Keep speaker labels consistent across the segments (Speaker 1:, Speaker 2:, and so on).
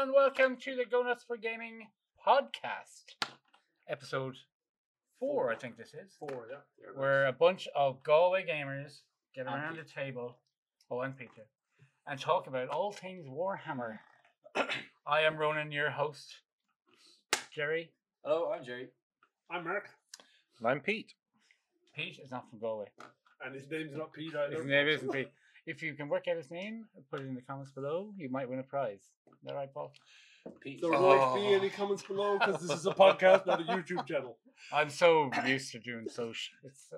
Speaker 1: and welcome to the Go Nuts for Gaming podcast, episode four, I think this is,
Speaker 2: Four, yeah. there it
Speaker 1: where a bunch of Galway gamers get
Speaker 2: And
Speaker 1: around the table, oh, and Peter, and talk about all things Warhammer. I am Ronan, your host, Jerry.
Speaker 2: is. Hello, I'm Jerry. I'm Mark.
Speaker 3: And I'm Pete.
Speaker 1: Pete is not from Galway.
Speaker 2: And his name's not Pete uh, either.
Speaker 1: His name isn't Pete. If you can work out his name, put it in the comments below. You might win a prize. Is that right, Paul?
Speaker 3: Pete.
Speaker 2: There won't be
Speaker 3: Oh.
Speaker 2: any comments below because this is a podcast, not a YouTube channel.
Speaker 1: I'm so used to doing social. It's so,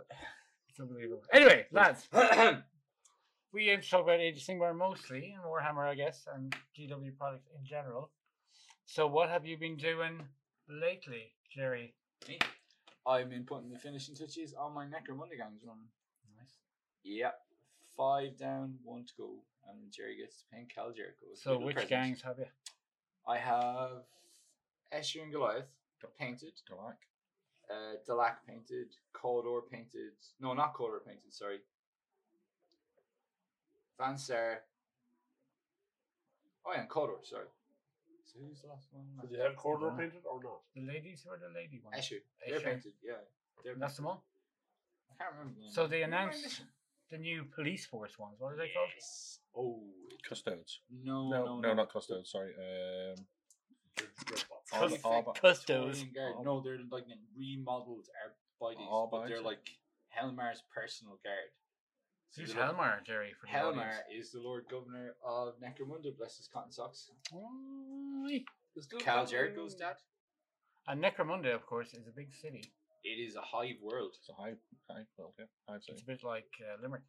Speaker 1: it's unbelievable. Anyway, lads, we aim to talk about Age of Sigmar mostly, and Warhammer, I guess, and GW products in general. So, what have you been doing lately, Jerry?
Speaker 4: I've been putting the finishing touches on my Necromunda run.
Speaker 1: Nice.
Speaker 4: Yep. Five down, one to go. And Jerry gets to paint Cal Jericho. as a
Speaker 1: So,
Speaker 4: little
Speaker 1: which
Speaker 4: present.
Speaker 1: gangs have you?
Speaker 4: I have Escher and Goliath painted.
Speaker 3: Galak.
Speaker 4: Uh, Dalak painted. Caldor painted. No, not Caldor painted, sorry. Van Serre. Oh, yeah, and Caldor, sorry. So who's the last one?
Speaker 2: Did you have corridor
Speaker 1: Yeah.
Speaker 2: painted or not?
Speaker 1: The ladies who are the lady ones?
Speaker 4: Escher. They're
Speaker 1: Escher.
Speaker 4: painted, yeah. They're
Speaker 1: That's them all.
Speaker 4: I can't remember. the
Speaker 1: So
Speaker 4: name.
Speaker 1: they
Speaker 4: Remind me.
Speaker 1: announced the new police force ones. What are they called?
Speaker 4: Yes. Oh
Speaker 3: Custodes.
Speaker 4: no,
Speaker 3: No, no, not Custodes. Sorry. Um,
Speaker 1: Cus-
Speaker 3: Arb- Arb-
Speaker 1: Custos.
Speaker 4: Guard. No, they're like the remodeled Arbides,
Speaker 3: Arbides,
Speaker 4: but they're
Speaker 3: yeah.
Speaker 4: like Helmar's personal guard. So
Speaker 1: Who's
Speaker 4: the Lord-
Speaker 1: Helmar, Jerry? For the
Speaker 4: Helmar
Speaker 1: audience?
Speaker 4: is the Lord Governor of Necromunda. Bless his cotton socks.
Speaker 1: Oi.
Speaker 4: Cal Jericho's dad.
Speaker 1: And Necromunda, of course, is a big city.
Speaker 4: It is a hive world.
Speaker 3: It's a high, high world, yeah. High
Speaker 1: It's a
Speaker 3: city.
Speaker 1: bit like uh, Limerick.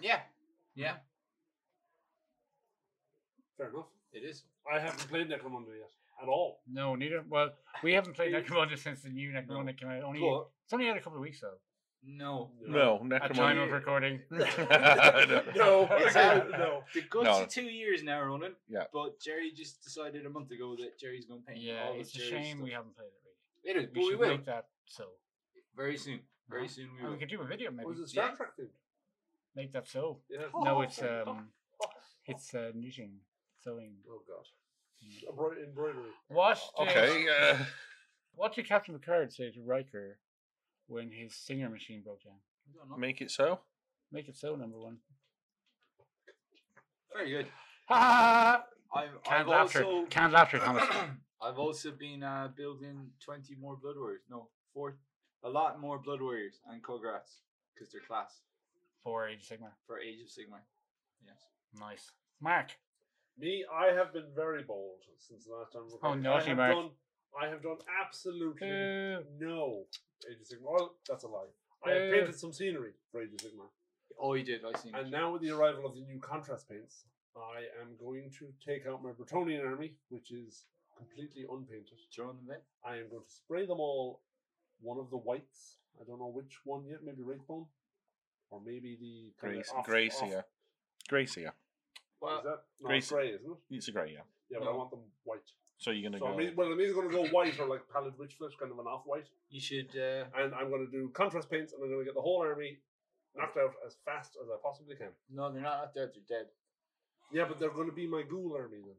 Speaker 4: Yeah, yeah,
Speaker 2: Fair enough.
Speaker 4: it is.
Speaker 2: I haven't played Necromunda yet at all.
Speaker 1: No, neither. Well, we haven't played
Speaker 2: Yeah.
Speaker 1: Necromunda since the new Necromunda came out. Only
Speaker 4: But
Speaker 1: it's only out a couple of weeks though.
Speaker 4: no,
Speaker 3: No,
Speaker 1: At time
Speaker 3: Necromunda.
Speaker 1: of recording,
Speaker 2: No,
Speaker 4: It's
Speaker 2: I-
Speaker 4: out.
Speaker 2: no.
Speaker 4: The guts
Speaker 3: No.
Speaker 4: are two years now, Ronan.
Speaker 3: Yeah.
Speaker 4: But Jerry just decided a month ago that Jerry's going to paint
Speaker 1: yeah,
Speaker 4: all of
Speaker 1: it's a
Speaker 4: Jerry's
Speaker 1: shame we
Speaker 4: stuff.
Speaker 1: haven't played it.
Speaker 4: It is,
Speaker 1: Really.
Speaker 4: but
Speaker 1: We
Speaker 4: we
Speaker 1: should
Speaker 4: will.
Speaker 1: make that so.
Speaker 4: Very soon. Very
Speaker 1: Uh-huh.
Speaker 4: soon we
Speaker 1: And
Speaker 4: will.
Speaker 1: we could do a video maybe.
Speaker 2: Was it Star
Speaker 4: Yeah.
Speaker 2: Trek themed?
Speaker 1: Make that so.
Speaker 2: Yeah.
Speaker 1: No, it's um, it's uh, knitting, sewing.
Speaker 2: Oh god.
Speaker 1: Hmm.
Speaker 2: Embroid- Embroidery.
Speaker 1: What? did-
Speaker 3: okay. Uh,
Speaker 1: What did Captain Picard say to Riker when his Stinger machine broke down?
Speaker 4: I don't know.
Speaker 3: uh, make it so.
Speaker 1: Make it so, number one.
Speaker 4: Very good.
Speaker 1: Ha!
Speaker 4: I've, I've
Speaker 1: Canned laughter.
Speaker 4: also
Speaker 1: Canned laughter, Thomas.
Speaker 4: I've also been uh, building twenty more Blood Warriors. No, four, a lot more Blood Warriors and Kograts because they're class
Speaker 1: For Age of Sigmar.
Speaker 4: for Age of Sigmar. Yes.
Speaker 1: Nice. Mark.
Speaker 2: Me, I have been very bold since the last time.
Speaker 1: Oh,
Speaker 2: we recorded.
Speaker 1: naughty,
Speaker 2: I have
Speaker 1: Mark.
Speaker 2: done. I have done absolutely
Speaker 1: Boo.
Speaker 2: no Age of Sigmar. Well, that's a lie. I have
Speaker 1: Boo.
Speaker 2: painted some scenery for Age of Sigmar,
Speaker 4: Oh, you did. I seen. it.
Speaker 2: and now with the arrival of the new contrast paints, I am going to take out my Bretonian army, which is completely unpainted.
Speaker 4: Throwing them in.
Speaker 2: I am going to spray them all one of the whites. I don't know which one yet. Maybe Wraithbone, or maybe the kind
Speaker 3: Grace,
Speaker 2: of off-
Speaker 3: Gracia.
Speaker 2: off-
Speaker 3: Gracia.
Speaker 4: Well,
Speaker 2: Is that no,
Speaker 3: Grace-
Speaker 2: gray? Isn't it?
Speaker 3: It's a grey, yeah.
Speaker 2: Yeah, but I
Speaker 4: No.
Speaker 2: want them white.
Speaker 3: So you're going to
Speaker 2: So I'm
Speaker 3: go.
Speaker 2: either, well, I'm either going to go white or like pallid witch flesh, kind of an off white,
Speaker 4: you should. Uh,
Speaker 2: and I'm going to do contrast paints, and I'm going to get the whole army knocked out as fast as I possibly can.
Speaker 4: no, they're not out there. They're dead.
Speaker 2: Yeah, but they're going to be my ghoul army then,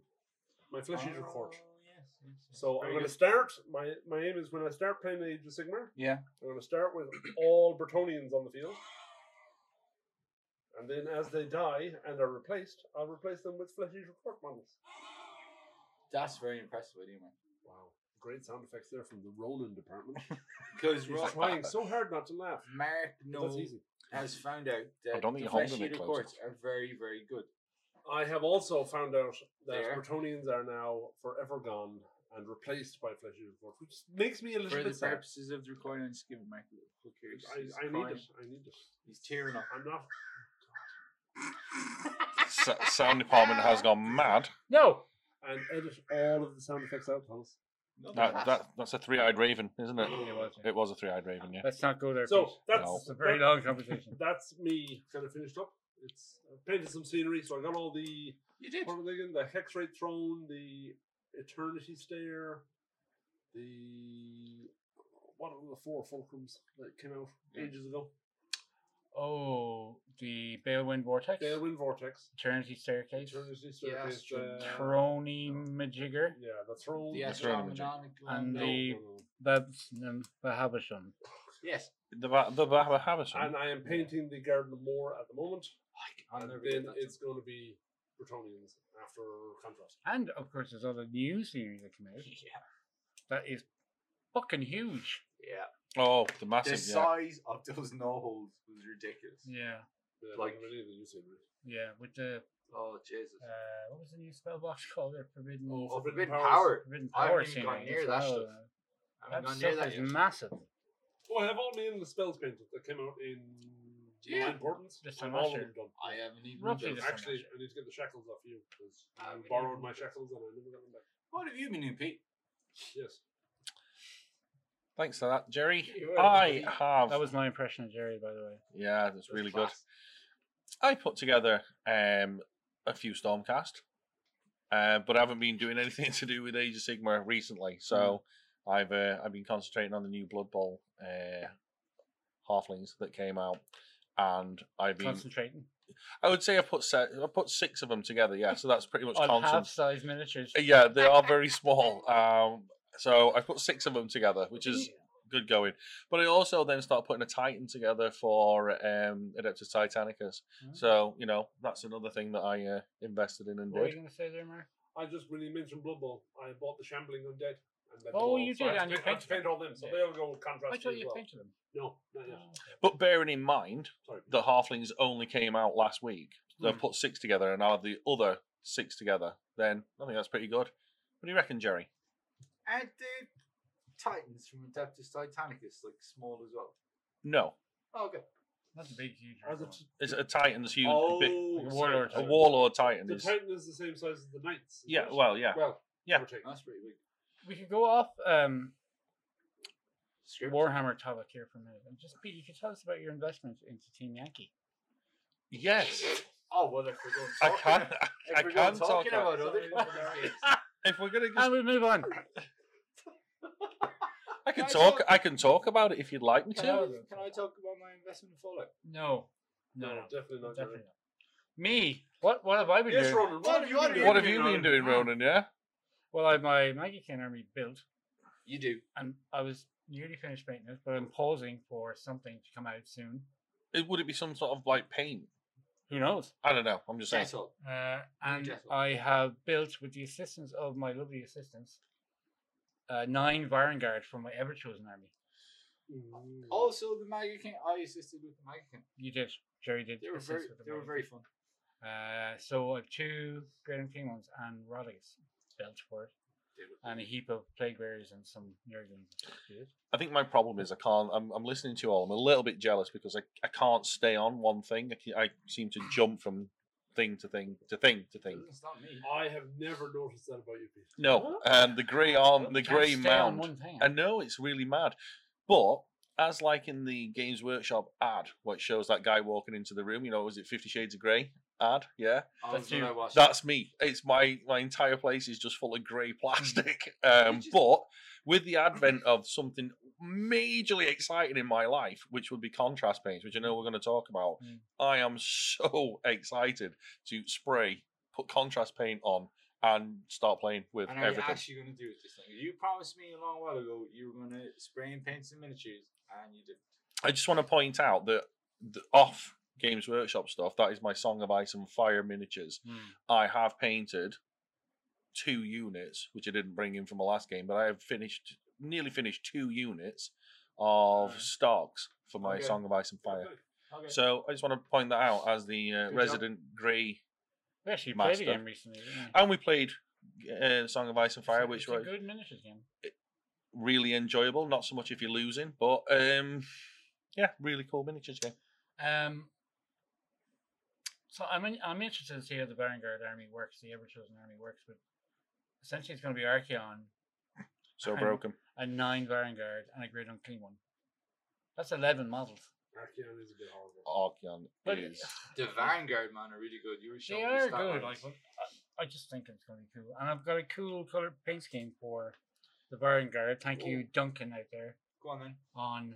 Speaker 2: my flesh eater court.
Speaker 4: Oh, yes, yes, yes.
Speaker 2: So
Speaker 4: Very
Speaker 2: I'm going to
Speaker 4: good.
Speaker 2: start. My my aim is when I start playing Age of Sigmar,
Speaker 4: Yeah.
Speaker 2: I'm going to start with all Bretonians on the field, and then as they die and are replaced, I'll replace them with flesh eater court models.
Speaker 4: That's very impressive, anyway.
Speaker 2: Wow, great sound effects there from the Roland department.
Speaker 4: Because
Speaker 2: He's trying so hard not to laugh.
Speaker 4: Mark
Speaker 2: That's
Speaker 4: knows
Speaker 2: easy.
Speaker 4: has found out that
Speaker 3: don't think
Speaker 4: the
Speaker 3: you're
Speaker 4: flesh
Speaker 3: holding it
Speaker 4: eater
Speaker 3: close
Speaker 4: courts
Speaker 3: enough.
Speaker 4: are very, very good.
Speaker 2: I have also found out that
Speaker 4: There.
Speaker 2: Bretonians are now forever gone and replaced by flesh eaters, which makes me a little
Speaker 4: For the
Speaker 2: bit sad.
Speaker 4: purposes of the recording, I'm just giving Mark a little hook here. He's- he's
Speaker 2: I, I
Speaker 4: crying.
Speaker 2: need it. I need it.
Speaker 4: He's tearing up.
Speaker 2: I'm not.
Speaker 3: S- sound department has gone mad.
Speaker 1: No.
Speaker 2: And edit all of the sound effects out, Thomas.
Speaker 4: No,
Speaker 3: That,
Speaker 4: that's-
Speaker 3: that, that's a three eyed raven, isn't it?
Speaker 1: It was, yeah.
Speaker 3: It was a three eyed raven, yeah.
Speaker 1: Let's not go there.
Speaker 2: So
Speaker 1: Pete.
Speaker 2: that's
Speaker 3: No.
Speaker 1: it's a very
Speaker 2: that-
Speaker 1: long conversation.
Speaker 2: That's me kind of finished up. It's I painted some scenery, so I got all the
Speaker 4: you did.
Speaker 2: what are they again? The hex ray throne, the eternity stair, the what are the four fulcrums that came out
Speaker 4: Yeah.
Speaker 2: ages ago?
Speaker 1: Oh, the Balewind Vortex,
Speaker 2: Tailwind Vortex.
Speaker 1: Eternity Staircase,
Speaker 2: Eternity Staircase.
Speaker 4: Astro-
Speaker 2: uh,
Speaker 1: Trony Majigger,
Speaker 2: Yeah, the throne.
Speaker 4: The
Speaker 3: That's right, Magic.
Speaker 4: Astronomical
Speaker 1: And
Speaker 2: No,
Speaker 4: Globe.
Speaker 1: the-
Speaker 2: no, no.
Speaker 1: Babs, and Bahabasham.
Speaker 4: Yes.
Speaker 3: The ba- the Bahaba
Speaker 2: And I am painting the Garden of Moor at the moment.
Speaker 4: I'll
Speaker 2: And
Speaker 4: never get
Speaker 2: then
Speaker 4: that.
Speaker 2: it's going to be Bretonians after contrast.
Speaker 1: And of course, there's other new series that come out
Speaker 4: Yeah.
Speaker 1: that is fucking huge.
Speaker 4: Yeah.
Speaker 3: Oh, the
Speaker 4: The
Speaker 3: massive. Yeah.
Speaker 4: size of those no holes was ridiculous.
Speaker 1: Yeah,
Speaker 2: Yeah,
Speaker 4: Like-
Speaker 2: not really the use of it.
Speaker 1: yeah. With the
Speaker 4: Oh Jesus.
Speaker 1: uh, what was the new spell box called? The Forbidden.
Speaker 2: Oh,
Speaker 4: Oh, Forbidden
Speaker 2: Powers.
Speaker 4: Power.
Speaker 1: Forbidden
Speaker 4: I haven't
Speaker 1: Power
Speaker 4: even
Speaker 1: series
Speaker 4: gone near
Speaker 1: as
Speaker 4: that
Speaker 1: well.
Speaker 4: stuff. I
Speaker 1: That
Speaker 4: haven't gone
Speaker 1: stuff
Speaker 4: near that
Speaker 1: is
Speaker 4: yet.
Speaker 1: massive.
Speaker 2: Oh, I have all me and the spells painted that came out in
Speaker 4: Yeah.
Speaker 2: importance.
Speaker 1: This
Speaker 2: I
Speaker 1: time
Speaker 2: have all
Speaker 1: last
Speaker 2: of
Speaker 1: year.
Speaker 2: them done.
Speaker 4: I haven't even
Speaker 1: Roughly
Speaker 4: done
Speaker 1: the
Speaker 4: that.
Speaker 1: same.
Speaker 2: Actually, I need to get the shackles off you because
Speaker 4: Ah,
Speaker 2: you
Speaker 4: we
Speaker 2: borrowed
Speaker 4: didn't
Speaker 2: my
Speaker 4: do that.
Speaker 2: shackles and I never got them back.
Speaker 4: What have you been doing, Pete?
Speaker 2: Yes.
Speaker 3: Thanks for that, Jerry.
Speaker 4: You were
Speaker 3: I
Speaker 4: lucky.
Speaker 3: have.
Speaker 1: That was my impression of Jerry, by the way.
Speaker 3: yeah, that's really good.
Speaker 4: class.
Speaker 3: I put together um, a few Stormcast, uh, but I haven't been doing anything to do with Age of Sigma recently. So I've uh, I've been concentrating on the new Blood Bowl uh, halflings that came out, and I've been
Speaker 1: Concentrating.
Speaker 3: I would say I put se- I put six of them together. Yeah, so that's pretty much
Speaker 1: On
Speaker 3: constant.
Speaker 1: half size miniatures.
Speaker 3: Yeah, they are very small. Um, so I put six of them together, which is good going. But I also then start putting a Titan together for um, Adeptus Titanicus.
Speaker 1: Hmm.
Speaker 2: Mm.
Speaker 3: So you know that's another thing that I uh, invested in and
Speaker 1: What were you
Speaker 3: did.
Speaker 1: going to say there, Mark?
Speaker 2: I just really mentioned Blood Bowl. I bought the Shambling Undead. And then
Speaker 1: Oh, you
Speaker 2: so I
Speaker 1: did,
Speaker 2: have
Speaker 1: and
Speaker 2: to
Speaker 1: you
Speaker 2: paint- I have to
Speaker 1: painted
Speaker 2: paint all them, so
Speaker 1: Yeah.
Speaker 2: they'll go contrast.
Speaker 1: I thought
Speaker 2: as
Speaker 1: you
Speaker 2: well.
Speaker 1: painted them.
Speaker 2: No, not
Speaker 1: Oh.
Speaker 2: yet.
Speaker 3: But bearing in mind
Speaker 2: Sorry. Mm.
Speaker 3: the halflings only came out last week, so I
Speaker 1: Hmm.
Speaker 3: put six together, and I'll have the other six together. Then I think that's pretty good. What do you reckon, Jerry?
Speaker 4: Aren't the Titans from Adeptus Titanicus like small as well?
Speaker 3: No,
Speaker 4: Oh, okay.
Speaker 1: That's a big, huge.
Speaker 2: Are the,
Speaker 1: one.
Speaker 3: it's a Titan's huge,
Speaker 2: oh,
Speaker 3: big,
Speaker 1: Like a
Speaker 2: sorry,
Speaker 1: warlord
Speaker 3: a
Speaker 2: sorry.
Speaker 3: warlord Titan
Speaker 2: The
Speaker 3: is.
Speaker 2: Titan is the same size as the Knights.
Speaker 3: Yeah, well, yeah.
Speaker 2: Well,
Speaker 3: Yeah.
Speaker 2: give or take.
Speaker 4: That's pretty big.
Speaker 1: We could go off um,
Speaker 4: Script.
Speaker 1: Warhammer topic here for a minute. And just, Pete, you could tell us about your investment into Team Yankee.
Speaker 3: Yes,
Speaker 4: Oh well, if we're going
Speaker 3: I
Speaker 4: talking,
Speaker 3: can.
Speaker 4: if
Speaker 3: I
Speaker 4: we're
Speaker 3: can
Speaker 4: going
Speaker 3: talk
Speaker 4: talking
Speaker 3: about-
Speaker 4: about other
Speaker 2: Sorry,
Speaker 4: companies' games,
Speaker 3: If we're gonna, just,
Speaker 1: And we move on.
Speaker 3: I can
Speaker 4: I
Speaker 3: talk.
Speaker 4: talk-
Speaker 3: I can talk about it if you'd like me
Speaker 4: can,
Speaker 3: to.
Speaker 4: I,
Speaker 1: Two.
Speaker 4: can I talk about my investment in Fallout?
Speaker 1: No.
Speaker 2: No,
Speaker 1: No, no.
Speaker 2: definitely not.
Speaker 1: Definitely not. Me? What, what have I been
Speaker 2: Yes,
Speaker 1: doing?
Speaker 2: Ronan. What have you been doing?
Speaker 3: What have you been doing, Ronan? Yeah.
Speaker 1: Well, I have my Maggie Kane army built,
Speaker 4: You do.
Speaker 1: and I was nearly finished painting it, but I'm pausing for something to come out soon.
Speaker 3: It, would it be some sort of like paint?
Speaker 1: Who knows?
Speaker 3: I don't know. I'm just saying.
Speaker 4: That's all.
Speaker 1: Uh, and
Speaker 4: Jethro.
Speaker 1: I have built, with the assistance of my lovely assistants, uh, nine Varangard for my ever chosen army.
Speaker 2: Mm.
Speaker 4: Also, the Magic King. I assisted with the Magic King.
Speaker 1: You did. Jerry did.
Speaker 4: They were
Speaker 1: assist
Speaker 4: very,
Speaker 1: with the
Speaker 4: they were
Speaker 1: Magic
Speaker 4: very fun.
Speaker 1: Knight. Uh, so I have two Great King ones and Rodigus built for it,
Speaker 4: They were-
Speaker 1: and a heap of Plague Bearers and some Nerglings.
Speaker 3: I think my problem is I can't. I'm, I'm listening to you all. I'm a little bit jealous because I, I can't stay on one thing. I, ke- I seem to jump from thing to thing to thing to thing.
Speaker 4: It's not me.
Speaker 2: I have never noticed that about you, Pete.
Speaker 3: No, and the grey arm, the grey mound.
Speaker 1: one thing.
Speaker 3: I know it's really mad, but as like in the Games Workshop ad, where it shows that guy walking into the room, you know, was it Fifty Shades of Grey ad? Yeah,
Speaker 4: I
Speaker 1: That's
Speaker 4: was when
Speaker 1: you.
Speaker 4: I watched it.
Speaker 3: that's me. It's my my entire place is just full of grey plastic. Um,
Speaker 4: just-
Speaker 3: but with the advent of something majorly exciting in my life, which would be contrast paints, which I know we're going to talk about,
Speaker 1: Mm.
Speaker 3: I am so excited to spray, put contrast paint on, and start playing with
Speaker 4: And are you
Speaker 3: everything.
Speaker 4: actually going to do it this time? You promised me a long while ago you were going to spray and paint some miniatures, and you didn't.
Speaker 3: I just want to point out that the off Games Workshop stuff, that is my Song of Ice and Fire miniatures.
Speaker 4: Hmm.
Speaker 1: Mm.
Speaker 3: I have painted two units, which I didn't bring in from my last game, but I have finished, nearly finished two units of
Speaker 4: Alright.
Speaker 3: Starks for my
Speaker 4: Okay.
Speaker 3: Song of Ice and Fire.
Speaker 2: Okay.
Speaker 4: Okay.
Speaker 3: So I just want to point that out as the uh,
Speaker 4: job.
Speaker 3: resident grey.
Speaker 1: We actually played
Speaker 3: Master.
Speaker 1: a game recently. Didn't we?
Speaker 3: And we played uh, Song of Ice and
Speaker 1: It's
Speaker 3: Fire,
Speaker 1: a-
Speaker 3: which
Speaker 1: it's a
Speaker 3: was
Speaker 1: good miniatures game.
Speaker 3: really enjoyable. Not so much if you're losing, but um, yeah, really cool miniatures game.
Speaker 1: Um, so I'm in, I'm interested to see how the Barangard army works, the Everchosen army works, but essentially it's going to be Archeon,
Speaker 3: So
Speaker 1: And-
Speaker 3: broken.
Speaker 1: a nine Barangard, and a Great Unclean one. That's eleven models.
Speaker 2: Archeon is a bit horrible.
Speaker 3: Archeon
Speaker 1: But-
Speaker 3: is.
Speaker 4: The Vanguard man are really good. You were showing
Speaker 1: They
Speaker 4: me the
Speaker 1: are
Speaker 4: stat
Speaker 1: good.
Speaker 4: lines.
Speaker 1: I just think it's going to be cool, and I've got a cool color paint scheme for the Barangard. Thank you, Duncan, out there
Speaker 4: Go on then.
Speaker 1: on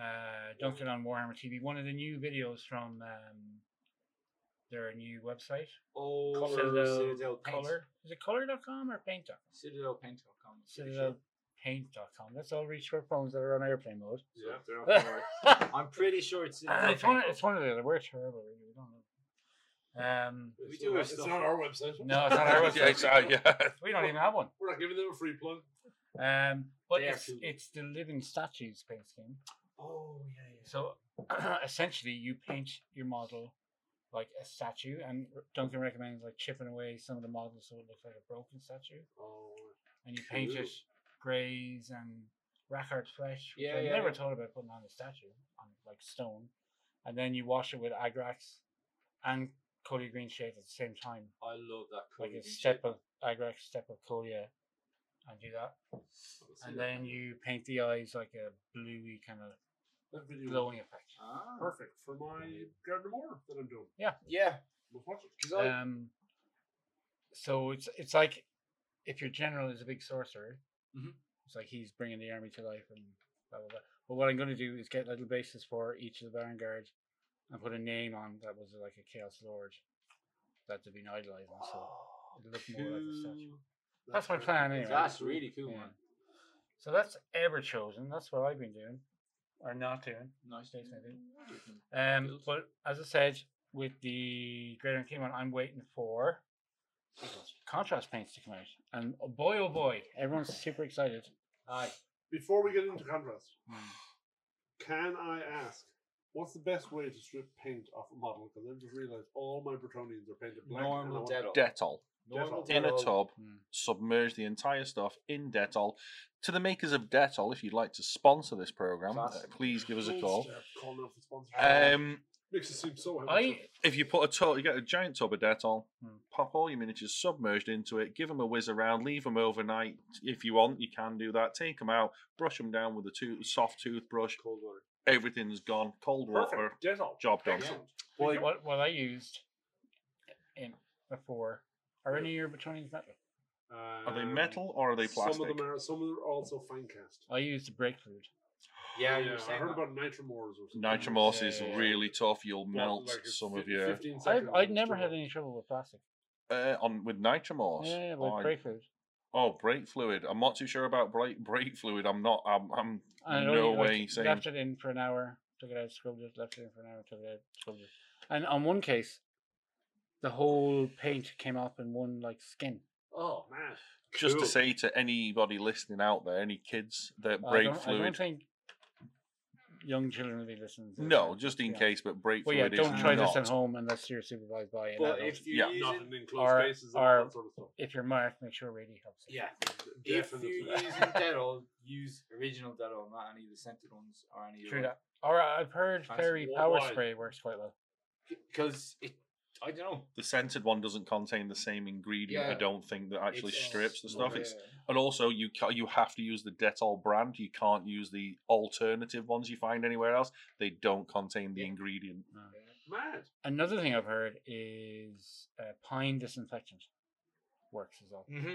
Speaker 1: uh, Duncan on Warhammer TV, one of the new videos from um, their new website.
Speaker 4: Oh,
Speaker 1: Colour-
Speaker 4: Citadel, Paint.
Speaker 1: uh, Color. Is it color.com or paint.com?
Speaker 4: Citadel Paint.com. I'm pretty sure.
Speaker 1: Citadelpaint.com. That's all reach for phones that are on airplane mode.
Speaker 4: Yeah, they're up north.
Speaker 1: Uh,
Speaker 4: I'm pretty sure it's Citadel.
Speaker 1: it's, one,
Speaker 4: Paint.
Speaker 1: it's one of the other. We're terrible. really, We don't know. Um,
Speaker 4: We
Speaker 2: It's
Speaker 4: do
Speaker 2: not-
Speaker 4: have
Speaker 2: It's
Speaker 4: stuff.
Speaker 2: not our website.
Speaker 1: no, it's not our
Speaker 3: yeah,
Speaker 1: website.
Speaker 3: it's- uh, yeah.
Speaker 1: We don't even have one.
Speaker 2: We're not giving them a free plug.
Speaker 1: Um, but
Speaker 4: They are
Speaker 1: it's,
Speaker 4: cool.
Speaker 1: it's the living statues paint scheme.
Speaker 4: Oh yeah, yeah.
Speaker 1: So essentially, you paint your model like a statue, and R- Duncan recommends like chipping away some of the models so it looks like a broken statue,
Speaker 2: Oh,
Speaker 1: and you paint
Speaker 2: Cool.
Speaker 1: it grays and rackard flesh. Which
Speaker 4: Yeah,
Speaker 1: I
Speaker 4: yeah,
Speaker 1: never
Speaker 4: yeah.
Speaker 1: thought about putting on a statue on like stone, and then you wash it with agrax and Colia green shade at the same time,
Speaker 4: I love that.
Speaker 1: like
Speaker 4: colour
Speaker 1: a
Speaker 4: green
Speaker 1: step
Speaker 4: shade.
Speaker 1: of agrax, step of Colia, and do that,
Speaker 2: I'll see
Speaker 1: and
Speaker 2: that.
Speaker 1: then you paint the eyes like a bluey kind of
Speaker 2: that video
Speaker 1: glowing effect.
Speaker 4: Ah.
Speaker 2: perfect for my Garden Moore that I'm doing.
Speaker 4: Yeah,
Speaker 2: Let's watch it.
Speaker 4: because I
Speaker 1: Um, so it's it's like if your general is a big sorcerer,
Speaker 4: Mhm.
Speaker 1: it's like he's bringing the army to life and blah blah blah. But what I'm going to do is get little bases for each of the vanguard and put a name on that was like a chaos lord that they'd been idolizing. So it'll look more like a statue.
Speaker 4: Cool.
Speaker 1: That's my plan anyway.
Speaker 4: Oh, That's really cool,
Speaker 1: Yeah.
Speaker 4: man.
Speaker 1: So that's ever chosen. That's what I've been doing or not doing.
Speaker 4: Nice
Speaker 1: Jason, I
Speaker 4: Different.
Speaker 1: Um,
Speaker 4: Built.
Speaker 1: but as I said, with the Greater King one, I'm waiting for contrast paints to come out, and oh boy, oh boy, everyone's super excited.
Speaker 4: Aye.
Speaker 2: Before we get into contrast,
Speaker 1: Mm.
Speaker 2: can I ask, what's the best way to strip paint off a model? Because I've just realized all my Bretonians are painted black. and I
Speaker 4: Normal
Speaker 2: want-
Speaker 4: Dettol.
Speaker 3: Dettol.
Speaker 4: Normal
Speaker 2: Dettol.
Speaker 3: In a
Speaker 4: Dettol.
Speaker 3: tub,
Speaker 1: Mm.
Speaker 3: submerge the entire stuff in Dettol. To the makers of Dettol, if you'd like to sponsor this program, uh,
Speaker 4: Classic.
Speaker 3: please give us a call.
Speaker 2: Stop calling out for sponsorship.
Speaker 3: Um,
Speaker 2: Makes it seem so
Speaker 1: I
Speaker 2: amateur.
Speaker 3: if you put a tub, you get a giant tub of Dettol,
Speaker 1: Hmm.
Speaker 3: pop all your miniatures submerged into it, give them a whiz around, leave them overnight. If you want, you can do that. Take them out, brush them down with a tooth, soft toothbrush.
Speaker 4: Cold water.
Speaker 3: Everything's gone. Cold water,
Speaker 2: Perfect. Dettol.
Speaker 3: job done.
Speaker 2: Excellent.
Speaker 1: Well,
Speaker 2: Thank you.
Speaker 1: what what I used in before are any of your Bretonians metal?
Speaker 3: Are they
Speaker 2: Um,
Speaker 3: metal or are they plastic?
Speaker 2: Some of them are. Some of them are also fine cast.
Speaker 1: I used the breakfruit.
Speaker 4: Yeah, you were
Speaker 2: I
Speaker 4: saying
Speaker 2: heard
Speaker 4: that.
Speaker 2: about nitromores or something.
Speaker 3: Nitromorph
Speaker 1: Yeah,
Speaker 3: is
Speaker 1: yeah, yeah.
Speaker 3: really tough. You'll
Speaker 2: Well,
Speaker 3: melt
Speaker 2: like a
Speaker 3: some
Speaker 2: fif-
Speaker 3: of your
Speaker 2: 15
Speaker 1: I've,
Speaker 2: second
Speaker 1: I'd never had
Speaker 2: nitromorph.
Speaker 1: any trouble with plastic.
Speaker 3: uh, on with nitromorph.
Speaker 1: Yeah, yeah, with
Speaker 3: I-
Speaker 1: breakfruit.
Speaker 3: Oh, brake fluid. I'm not too sure about brake brake fluid. I'm not. I'm. I'm
Speaker 1: And I
Speaker 3: no
Speaker 1: only, like,
Speaker 3: way saying-
Speaker 1: Left it in for an hour, took it out, scrubbed it, left it in for an hour, took it out, scrubbed it. And on one case, the whole paint came off in one like skin.
Speaker 2: Oh man.
Speaker 3: just
Speaker 2: Cool.
Speaker 3: to say to anybody listening out there, any kids that
Speaker 1: I
Speaker 3: brake
Speaker 1: don't- I don't
Speaker 3: fluid.
Speaker 1: think young children will be listening. To this.
Speaker 3: No, just in
Speaker 1: Yeah.
Speaker 3: case. But brake
Speaker 1: Well, yeah,
Speaker 3: fluid
Speaker 1: don't
Speaker 3: is
Speaker 1: try
Speaker 3: not.
Speaker 1: this at home unless you're supervised by an
Speaker 4: But
Speaker 1: adult.
Speaker 4: if you
Speaker 3: Yeah.
Speaker 4: use
Speaker 2: Not
Speaker 4: it,
Speaker 2: in enclosed
Speaker 1: Our-
Speaker 2: spaces and
Speaker 1: our-
Speaker 2: all that sort of stuff.
Speaker 1: If you're marked, make sure really helps.
Speaker 4: yeah.
Speaker 2: D-
Speaker 4: If you're
Speaker 2: definitely.
Speaker 4: using Dettol, use original Dettol, not any of the scented ones or any.
Speaker 1: True that. All right, I've heard
Speaker 4: Fancy
Speaker 1: fairy
Speaker 2: what
Speaker 1: power
Speaker 2: wine?
Speaker 1: spray works quite well.
Speaker 4: Because it, I don't know.
Speaker 3: The scented one doesn't contain the same ingredient. I
Speaker 4: Yeah.
Speaker 3: don't think that actually
Speaker 4: It's- uh,
Speaker 3: strips the
Speaker 2: no,
Speaker 3: stuff.
Speaker 2: yeah.
Speaker 3: It's and also you ca- you have to use the Dettol brand. You can't use the alternative ones you find anywhere else. They don't contain the
Speaker 1: Yeah.
Speaker 3: ingredient.
Speaker 2: Mad.
Speaker 1: Uh, Another thing I've heard is uh, pine disinfectant works as well.
Speaker 4: Mm-hmm.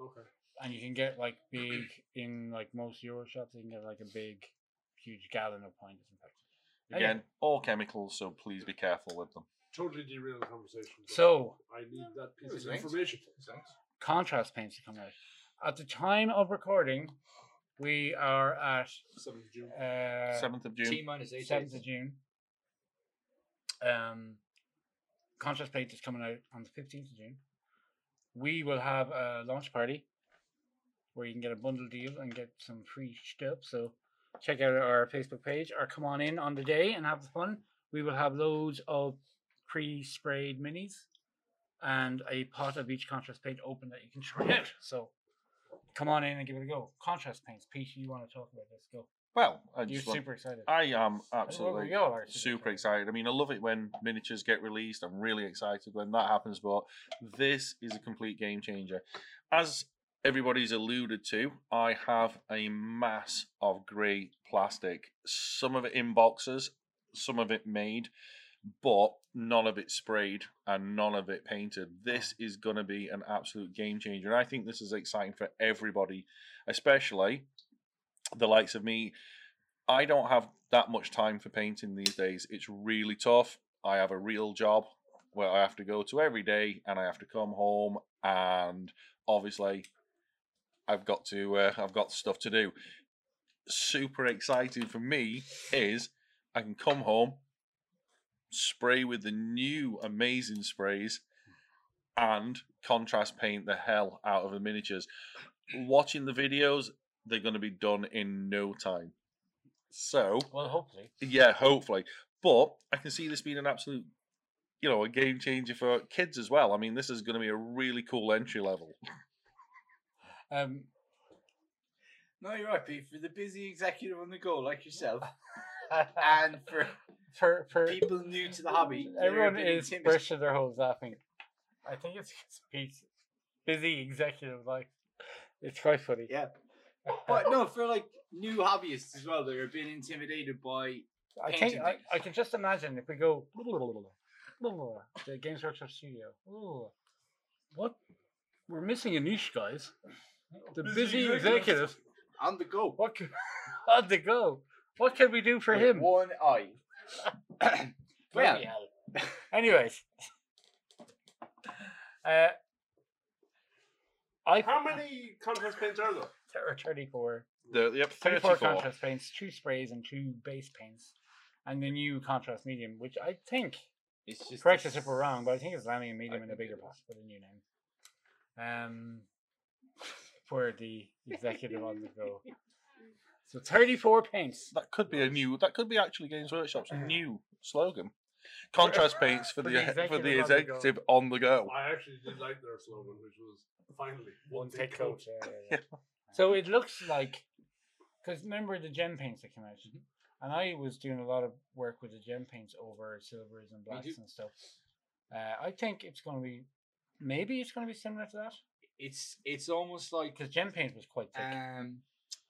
Speaker 2: Okay.
Speaker 1: and you can get like big in like most Euro shops. You can get like a big, huge gallon of pine disinfectant. Anyway.
Speaker 3: Again, all chemicals, so please be careful with them.
Speaker 2: Totally derailed the conversation. but
Speaker 1: So
Speaker 2: I need that
Speaker 4: It
Speaker 2: piece
Speaker 4: was
Speaker 2: of
Speaker 4: linked.
Speaker 2: information.
Speaker 1: contrast paints to come out. At the time of recording, we are at
Speaker 2: Seventh of June.
Speaker 1: uh,
Speaker 3: Seventh of June.
Speaker 4: T minus eight.
Speaker 1: seventh
Speaker 4: days.
Speaker 1: of June. Um, contrast paint is coming out on the fifteenth of June. We will have a launch party where you can get a bundle deal and get some free stuff. So check out our Facebook page or come on in on the day and have the fun. We will have loads of pre-sprayed minis and a pot of each contrast paint open that you can try out. So come on in and give it a go. Contrast paints, Pete, you want to talk about this? Go.
Speaker 3: Well, I
Speaker 1: You're
Speaker 3: just want-
Speaker 1: super excited.
Speaker 3: I am
Speaker 1: That's where we
Speaker 3: absolutely
Speaker 1: all are,
Speaker 3: super excited. I mean, I love it when miniatures get released. I'm really excited when that happens, but this is a complete game changer. As everybody's alluded to, I have a mass of grey plastic, some of it in boxes, some of it made, but none of it sprayed and none of it painted. This is going to be an absolute game changer. And I think this is exciting for everybody, especially the likes of me I don't have that much time for painting these days. It's really tough. I have a real job where I have to go to every day and I have to come home and obviously I've got to uh, I've got stuff to do. Super exciting for me is I can come home, spray with the new amazing sprays and contrast paint the hell out of the miniatures. Watching the videos, they're going to be done in no time. So,
Speaker 1: Well, hopefully.
Speaker 3: yeah, hopefully. But I can see this being an absolute, you know, a game changer for kids as well. I mean, this is going to be a really cool entry level.
Speaker 1: Um,
Speaker 4: No, you're right, Pete. For the busy executive on the go, like yourself, and for
Speaker 1: for for
Speaker 4: people new to the hobby, that are a
Speaker 1: everyone
Speaker 4: bit
Speaker 1: is
Speaker 4: intimidated.
Speaker 1: brushing their hose. I think. I think it's, it's Pete's busy executive life. It's quite funny. Uh,
Speaker 4: Yeah. But no, for like new hobbyists as well, they're being intimidated by
Speaker 1: I
Speaker 4: painting
Speaker 1: can I,
Speaker 4: things.
Speaker 1: I can just imagine if we go the Games Workshop studio. Ooh. What? We're missing a niche, guys. The busy,
Speaker 4: Busy
Speaker 1: executive.
Speaker 4: executives. on the go.
Speaker 1: What? Can, on the go. What can we do for
Speaker 4: with
Speaker 1: him?
Speaker 4: One eye.
Speaker 1: Bloody
Speaker 4: yeah.
Speaker 1: hell. Anyways, uh, I
Speaker 2: How many contrast paints are there?
Speaker 1: there are 34,
Speaker 3: The, yep,
Speaker 1: 34
Speaker 3: 34.
Speaker 1: contrast paints, two sprays, and two base paints, and the new contrast medium, which I think
Speaker 4: It's just
Speaker 1: correct
Speaker 4: a
Speaker 1: us if we're wrong, but I think it's landing a medium
Speaker 4: I
Speaker 1: and a
Speaker 4: think
Speaker 1: bigger
Speaker 4: it
Speaker 1: pot with a new name. Um, for the executive on the go. So 34 paints.
Speaker 3: That could be a new. That could be actually Games Workshop's new slogan. Contrast paints for
Speaker 1: Mm. For
Speaker 3: the
Speaker 1: the
Speaker 3: e- for the
Speaker 1: executive on the go.
Speaker 3: executive on the go.
Speaker 2: I actually did like their slogan, which was finally
Speaker 1: One take coach. yeah, yeah, yeah. So it looks like, because remember the gem paints that came out? And I was doing a lot of work with the gem paints over silvers and blacks
Speaker 4: too.
Speaker 1: and stuff. Uh, I think it's going to be, maybe it's going to be similar to that.
Speaker 4: It's it's almost like
Speaker 1: Because gem paint was quite thick.
Speaker 4: um,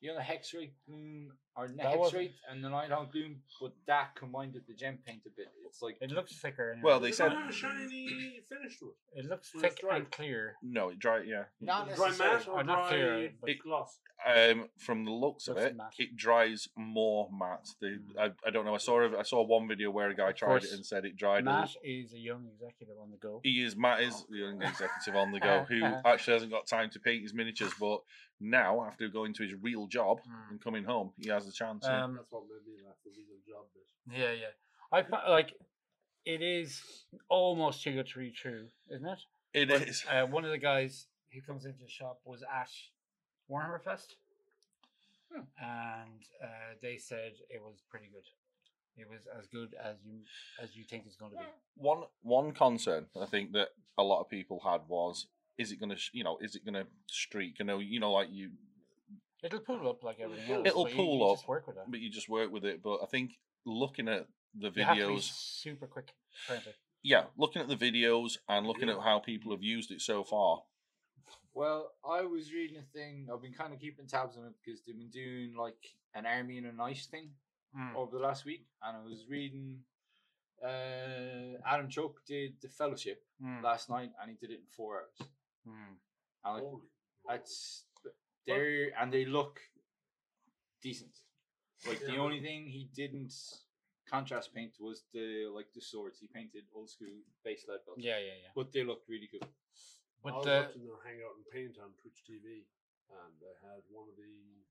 Speaker 4: you know, the hex rate gloom or the
Speaker 1: That
Speaker 4: hex
Speaker 1: wasn't-
Speaker 4: rate and the nighthound gloom, but that combined with the gem paint a bit, it's like
Speaker 1: it looks thicker. Anyway.
Speaker 3: Well, they
Speaker 2: It's
Speaker 3: said
Speaker 2: got a shiny finish to it.
Speaker 1: it looks
Speaker 2: when it's
Speaker 1: thick
Speaker 2: dried.
Speaker 1: and clear.
Speaker 3: no, it dry. Yeah,
Speaker 1: Mm.
Speaker 4: not
Speaker 2: Dry
Speaker 4: necessarily.
Speaker 2: matte or
Speaker 1: I'm not
Speaker 2: dry
Speaker 1: clear, but-
Speaker 2: gloss?
Speaker 3: um, from the looks of
Speaker 1: Looks
Speaker 3: it,
Speaker 1: matte.
Speaker 3: it dries more matte. The, I, I don't know. I saw a- I saw one video where a guy
Speaker 1: Of
Speaker 3: tried it
Speaker 1: course,
Speaker 3: and said it dried. a l-
Speaker 1: Matt is a young executive on the go.
Speaker 3: He is Matt is the young executive on the
Speaker 1: Oh,
Speaker 3: go who actually hasn't got time to paint his miniatures, but now after going to his real job
Speaker 1: Mm.
Speaker 3: and coming home, he has the chance. yeah.
Speaker 1: Um,
Speaker 2: That's what made me laugh. The legal job bit.
Speaker 1: yeah, yeah. I fi- like it is almost too good to be true, isn't it?
Speaker 3: It
Speaker 1: But,
Speaker 3: is.
Speaker 1: Uh, one of the guys who comes into the shop was at Warhammer Fest,
Speaker 4: Hmm.
Speaker 1: and uh, they said it was pretty good. It was as good as you as you think it's going to be.
Speaker 3: one one concern I think that a lot of people had was is it going to you know is it going to streak? You know you know like you
Speaker 1: It'll pull up like everything else.
Speaker 3: It'll
Speaker 1: but you-
Speaker 3: pull
Speaker 1: you just
Speaker 3: up,
Speaker 1: work with that.
Speaker 3: but you just work with it. But I think looking at the
Speaker 1: You have to be
Speaker 3: videos,
Speaker 1: super quick. Apparently.
Speaker 3: yeah, looking at the videos and looking at how people have used it so far,
Speaker 4: Well, I was reading a thing. I've been kind of keeping tabs on it because they've been doing like an army and a nice thing
Speaker 1: Hmm,
Speaker 3: Oh,
Speaker 4: over the last week, and I was reading. Uh, Adam Choke did the fellowship
Speaker 1: Mm,
Speaker 4: last night, and he did it in four hours.
Speaker 1: mm.
Speaker 4: And like,
Speaker 2: Holy
Speaker 4: That's they and they look decent. Like the
Speaker 2: Yeah.
Speaker 4: only thing he didn't contrast paint was the like the swords. He painted old school base lead belt.
Speaker 1: Yeah, yeah, yeah.
Speaker 4: But they looked really good.
Speaker 2: I
Speaker 1: But
Speaker 2: was
Speaker 1: the
Speaker 2: watching their hangout and paint on Twitch TV, and they had one of the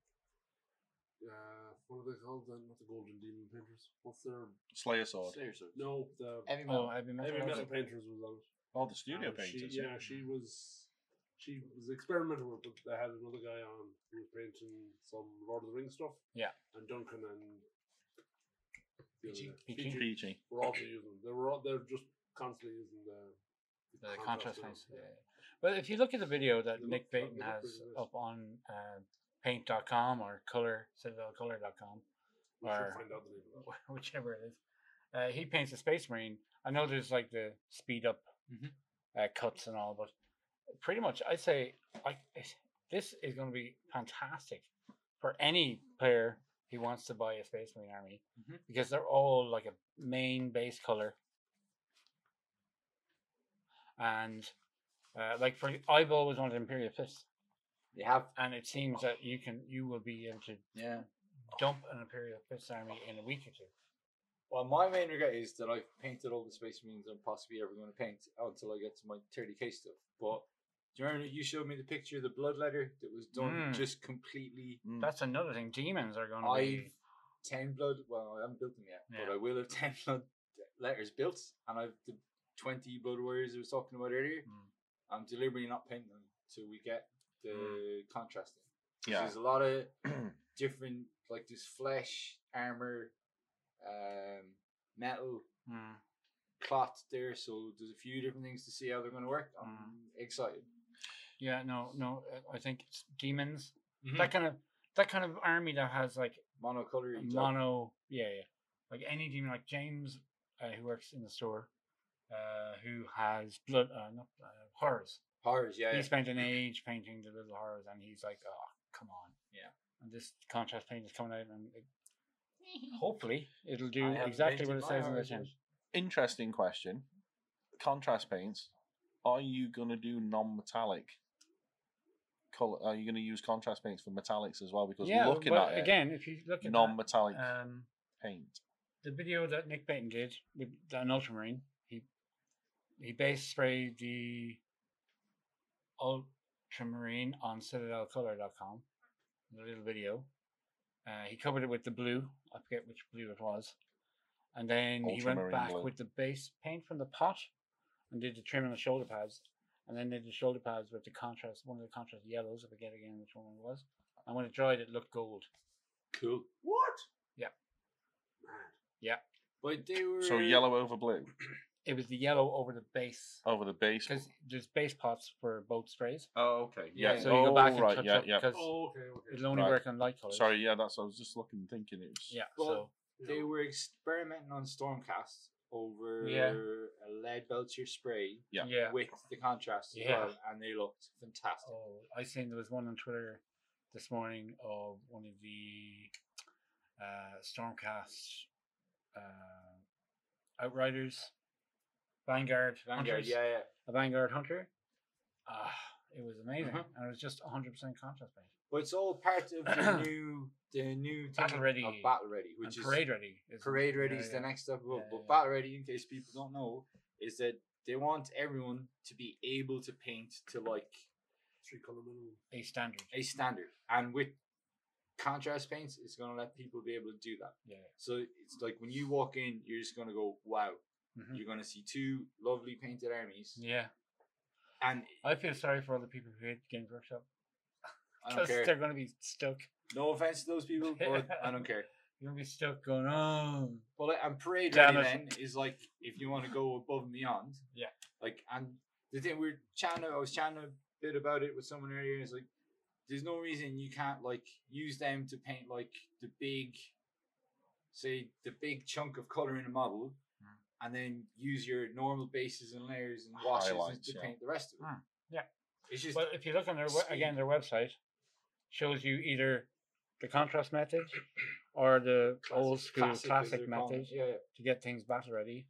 Speaker 2: uh, what are they called? Then not the Golden Demon Painters. What's their
Speaker 3: Slayer Sword,
Speaker 4: Slayer swords.
Speaker 2: no? The
Speaker 4: Heavy metal.
Speaker 1: oh, heavy metal.
Speaker 2: Heavy
Speaker 1: was
Speaker 2: Metal
Speaker 1: it?
Speaker 2: Painters was on it.
Speaker 3: oh the studio
Speaker 2: And
Speaker 3: painters,
Speaker 2: She, yeah, she was. She was experimenting with it. They had another guy on who was painting some Lord of the Rings stuff.
Speaker 1: Yeah.
Speaker 2: And Duncan and. the
Speaker 4: Peachy.
Speaker 2: other guy,
Speaker 1: Peachy.
Speaker 2: Peachy
Speaker 3: peachy.
Speaker 2: Were also using. They were. all- They're just constantly using the.
Speaker 1: the contrast
Speaker 2: now.
Speaker 1: lines. Yeah. But if you look at the video that
Speaker 2: They
Speaker 1: Nick
Speaker 2: look- they
Speaker 1: Baton
Speaker 2: look
Speaker 1: has
Speaker 2: really nice.
Speaker 1: up on uh, paint.com or color citadelcolor.com,
Speaker 2: We should
Speaker 1: Or-
Speaker 2: find out the name of that.
Speaker 1: wh- whichever it is, uh, he paints a space marine. I know there's like the speed up
Speaker 4: Mhm.
Speaker 1: uh, cuts and all, but pretty much I'd say I, it's- this is going to be fantastic for any player who wants to buy a space marine army
Speaker 4: Mhm.
Speaker 1: because they're all like a main base color. And uh, like for I've always wanted Imperial Fist,
Speaker 4: They have
Speaker 1: and it seems that you can you will be able to
Speaker 4: yeah.
Speaker 1: dump an Imperial Fist Army in a week or two.
Speaker 4: Well, my main regret is that I've painted all the Space Marines I'm possibly ever going to paint until I get to my 30k stuff. But do you remember you showed me the picture of the bloodletter that was done
Speaker 1: Mm.
Speaker 4: just completely?
Speaker 1: That's another thing. Demons are going to
Speaker 4: I've
Speaker 1: be.
Speaker 4: ten blood. Well, I haven't built them yet,
Speaker 1: Yeah.
Speaker 4: but I will have ten blood letters built, and I've the 20 blood warriors I was talking about earlier.
Speaker 1: Mm.
Speaker 4: I'm deliberately not painting them till we get the contrasting. 'Cause
Speaker 3: Yeah.
Speaker 4: There's a lot of different like this flesh armor um metal
Speaker 1: Mm.
Speaker 4: cloth there so there's a few different things to see how they're going to work i'm excited
Speaker 1: Yeah, no, no. uh, I think it's demons.
Speaker 4: Mhm.
Speaker 1: That kind of that kind of army that has like
Speaker 4: monocolor
Speaker 1: a
Speaker 4: each up.
Speaker 1: mono. Yeah, yeah. Like any demon, like James, uh, who works in the store, uh, who has blood, uh, not uh, horrors.
Speaker 4: horrors yeah,
Speaker 1: He
Speaker 4: yeah.
Speaker 1: spent an age painting the little horrors, and he's like, oh, come on.
Speaker 4: Yeah.
Speaker 1: And this contrast paint is coming out, and it, hopefully it'll do
Speaker 4: haven't
Speaker 1: exactly
Speaker 4: painted
Speaker 1: what it
Speaker 4: my
Speaker 1: says on the
Speaker 4: horrors
Speaker 1: tin.
Speaker 4: yet.
Speaker 3: Interesting question. Contrast paints. Are you gonna do non-metallic? Color, are you going to use contrast paints for metallics as well? Because
Speaker 1: Yeah,
Speaker 3: looking
Speaker 1: well,
Speaker 3: at it,
Speaker 1: again, if you look at that,
Speaker 3: non-metallic
Speaker 1: um,
Speaker 3: paint.
Speaker 1: the video that Nick Baton did with an ultramarine, he he base sprayed the ultramarine on citadelcolor.com. The little video. Uh, he covered it with the blue. I forget which blue it was. And then he went
Speaker 3: Ultramarine
Speaker 1: back
Speaker 3: blue.
Speaker 1: with the base paint from the pot and did the trim on the shoulder pads. And then did the shoulder pads with the contrast, one of the contrast yellows. I forget again which one it was. And when it dried, it looked gold.
Speaker 2: Cool.
Speaker 4: what
Speaker 1: Yeah.
Speaker 2: Man.
Speaker 1: Yeah.
Speaker 4: but they were
Speaker 3: So yellow over blue
Speaker 1: It was the yellow over the base.
Speaker 3: over the base.
Speaker 1: because there's base pots for both sprays.
Speaker 2: Oh, okay.
Speaker 3: Yeah.
Speaker 1: So you go back
Speaker 3: Oh,
Speaker 1: and
Speaker 3: right,
Speaker 1: touch
Speaker 3: yeah,
Speaker 1: up
Speaker 3: yeah.
Speaker 1: because
Speaker 2: Oh, okay, okay.
Speaker 1: it'll only
Speaker 3: Right.
Speaker 1: work on light colors.
Speaker 3: Sorry, yeah, that's. I was just looking, thinking it was.
Speaker 1: Yeah.
Speaker 4: Well,
Speaker 1: so
Speaker 4: they were experimenting on stormcast over
Speaker 1: Yeah.
Speaker 4: a lead belcher spray
Speaker 3: yeah.
Speaker 1: yeah.
Speaker 4: with the contrast as
Speaker 1: Yeah.
Speaker 4: well and they looked fantastic
Speaker 1: Oh, I seen there was one on Twitter this morning of one of the uh, Stormcast uh, Outriders, Vanguard,
Speaker 4: Vanguard,
Speaker 1: Hunters,
Speaker 4: yeah yeah
Speaker 1: a Vanguard Hunter. Ah, it was amazing,
Speaker 4: Mhm.
Speaker 1: and it was just 100 percent contrast paint.
Speaker 4: but it's all part of the new the new thing
Speaker 1: Battle
Speaker 4: of
Speaker 1: ready
Speaker 4: battle ready which
Speaker 1: Which
Speaker 4: is
Speaker 1: parade ready. is-
Speaker 4: Parade Ready
Speaker 1: yeah,
Speaker 4: is
Speaker 1: yeah.
Speaker 4: the next step
Speaker 1: Yeah,
Speaker 4: above.
Speaker 1: yeah.
Speaker 4: But Battle Ready, in case people don't know, is that they want everyone to be able to paint to like
Speaker 2: Three color minimum.
Speaker 1: a standard.
Speaker 4: a standard. And with contrast paints, it's going to let people be able to do that.
Speaker 1: Yeah.
Speaker 4: So it's like when you walk in, you're just going to go, wow.
Speaker 1: Mhm.
Speaker 4: You're going to see two lovely painted armies.
Speaker 1: Yeah.
Speaker 4: And
Speaker 1: I feel sorry for all the people who hate Games Workshop.
Speaker 4: I don't
Speaker 1: Because
Speaker 4: care.
Speaker 1: they're going to be stuck.
Speaker 4: No offense to those people, but I don't care.
Speaker 1: You're going to be stuck going, oh.
Speaker 4: But like, and parade
Speaker 1: Damn
Speaker 4: ready
Speaker 1: it.
Speaker 4: then is like if you want to go above and beyond.
Speaker 1: Yeah.
Speaker 4: Like and the thing we're chatting, I was chatting a bit about it with someone earlier. Is like there's no reason you can't like use them to paint like the big, say the big chunk of color in a model,
Speaker 1: Mm.
Speaker 4: and then use your normal bases and layers and washes
Speaker 3: Highlights,
Speaker 4: to
Speaker 3: yeah.
Speaker 4: paint the rest of it.
Speaker 1: Mm, yeah.
Speaker 4: It's just
Speaker 1: Well, if you look on their we- again,
Speaker 4: speed.
Speaker 1: their website shows you either the contrast method or the old
Speaker 4: classic-
Speaker 1: school
Speaker 4: classic
Speaker 1: classic,
Speaker 4: as they're calling
Speaker 1: method
Speaker 4: it. Yeah, yeah.
Speaker 1: to get things battle ready.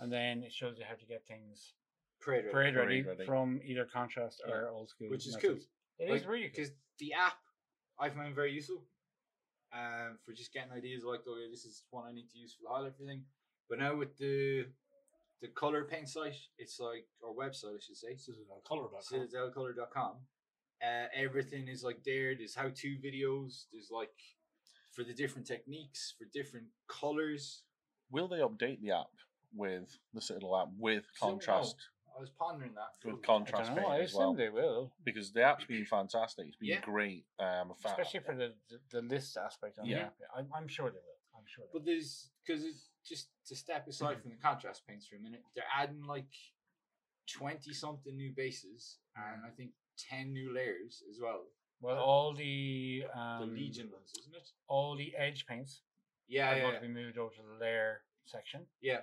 Speaker 1: And then it shows you how to get things
Speaker 4: Parade ready.
Speaker 1: parade, ready,
Speaker 3: Parade ready.
Speaker 1: from either contrast
Speaker 4: Yeah.
Speaker 1: or old school.
Speaker 4: Which is
Speaker 1: methods. It is
Speaker 4: Like,
Speaker 1: really cool.
Speaker 4: because the app I found very useful um, for just getting ideas like, okay, this is one I need to use for the highlight everything. But now with the the color paint site, it's like or website, I should say,
Speaker 2: This is a Uh, color dot. com.
Speaker 4: citadelcolor.com. Uh, everything is like there. There's how to videos. There's like for the different techniques for different colors.
Speaker 3: Will they update the app with the Citadel app with
Speaker 4: don't know.
Speaker 3: contrast
Speaker 4: I was pondering that.
Speaker 3: with
Speaker 1: I
Speaker 3: contrast
Speaker 1: don't know.
Speaker 3: paint
Speaker 1: I
Speaker 3: as
Speaker 1: assume
Speaker 3: well?
Speaker 1: they will,
Speaker 3: Because the app's been fantastic. It's been
Speaker 4: Yeah.
Speaker 3: great. Um, fa-
Speaker 1: especially for the, the the list aspect. On
Speaker 3: Yeah.
Speaker 1: the app. I'm, I'm sure they will. I'm sure. They will.
Speaker 4: But there's because it's just to step aside from the contrast paints for a minute, they're adding like twenty something new bases and I think ten new layers as well.
Speaker 1: Well, all the um,
Speaker 4: The Legion ones, isn't it?
Speaker 1: all the edge paints
Speaker 4: Yeah,
Speaker 1: are
Speaker 4: yeah,
Speaker 1: going to be moved over to the layer section,
Speaker 4: yeah.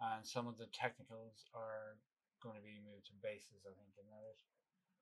Speaker 4: yeah.
Speaker 1: and some of the technicals are going to be moved to bases. I think, isn't that it?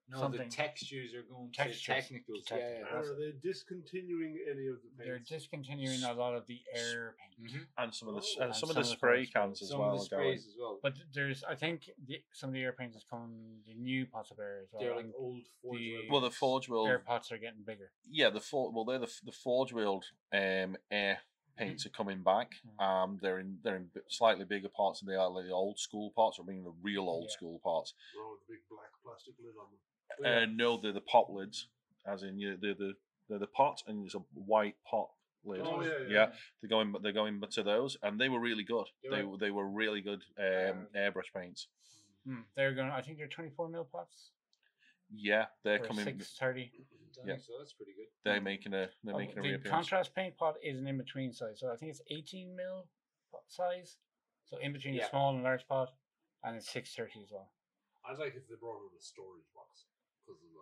Speaker 4: No,
Speaker 1: Something-
Speaker 4: the textures are going
Speaker 1: Textures.
Speaker 4: to technicals. Yeah, yeah.
Speaker 1: Technical.
Speaker 2: Uh, Are they discontinuing any of the
Speaker 1: They're
Speaker 2: paints?
Speaker 1: discontinuing a lot of the air paint,
Speaker 4: Mhm.
Speaker 3: and some of the s-
Speaker 2: Oh.
Speaker 3: and some of the
Speaker 1: color
Speaker 3: spray
Speaker 1: sprays.
Speaker 3: cans as
Speaker 4: Some
Speaker 3: well.
Speaker 4: of the
Speaker 3: are going.
Speaker 4: sprays as well.
Speaker 1: but there's I think the, some of the air paint is coming the new pots of air as well.
Speaker 4: they're like
Speaker 1: and
Speaker 4: old forge
Speaker 1: the
Speaker 3: well, the Forge World.
Speaker 1: Air pots are getting bigger.
Speaker 3: Yeah, the for, well, they're the f- the Forge World um, air paints are coming back.
Speaker 1: Mm.
Speaker 3: Um, they're in they're in bi- slightly bigger parts than they are like the old school parts. I mean the real old
Speaker 1: Yeah.
Speaker 3: school parts.
Speaker 2: Oh, with the big black plastic lid on them.
Speaker 3: Uh, no, they're the pot lids, as in you they're the they're the pot and it's a white pot lid.
Speaker 2: Oh, yeah, yeah.
Speaker 3: they're going they're going to those, and they were really good.
Speaker 4: They
Speaker 3: They
Speaker 4: were-
Speaker 3: were, they were really good um, airbrush paints.
Speaker 1: Mm. They're going. I think they're twenty-four mil pots.
Speaker 3: Yeah, they're
Speaker 1: or
Speaker 3: coming.
Speaker 1: six thirty.
Speaker 4: Don't
Speaker 3: Yeah.
Speaker 4: think So that's pretty good.
Speaker 3: They're making a they're
Speaker 1: Uh,
Speaker 3: making a
Speaker 1: the
Speaker 3: reappearance.
Speaker 1: contrast paint pot is an in between size, so I think it's 18 mil po- size, so in between
Speaker 4: Yeah.
Speaker 1: the small and large pot, and it's 630 as well.
Speaker 2: I'd like if they brought in a storage box because there's an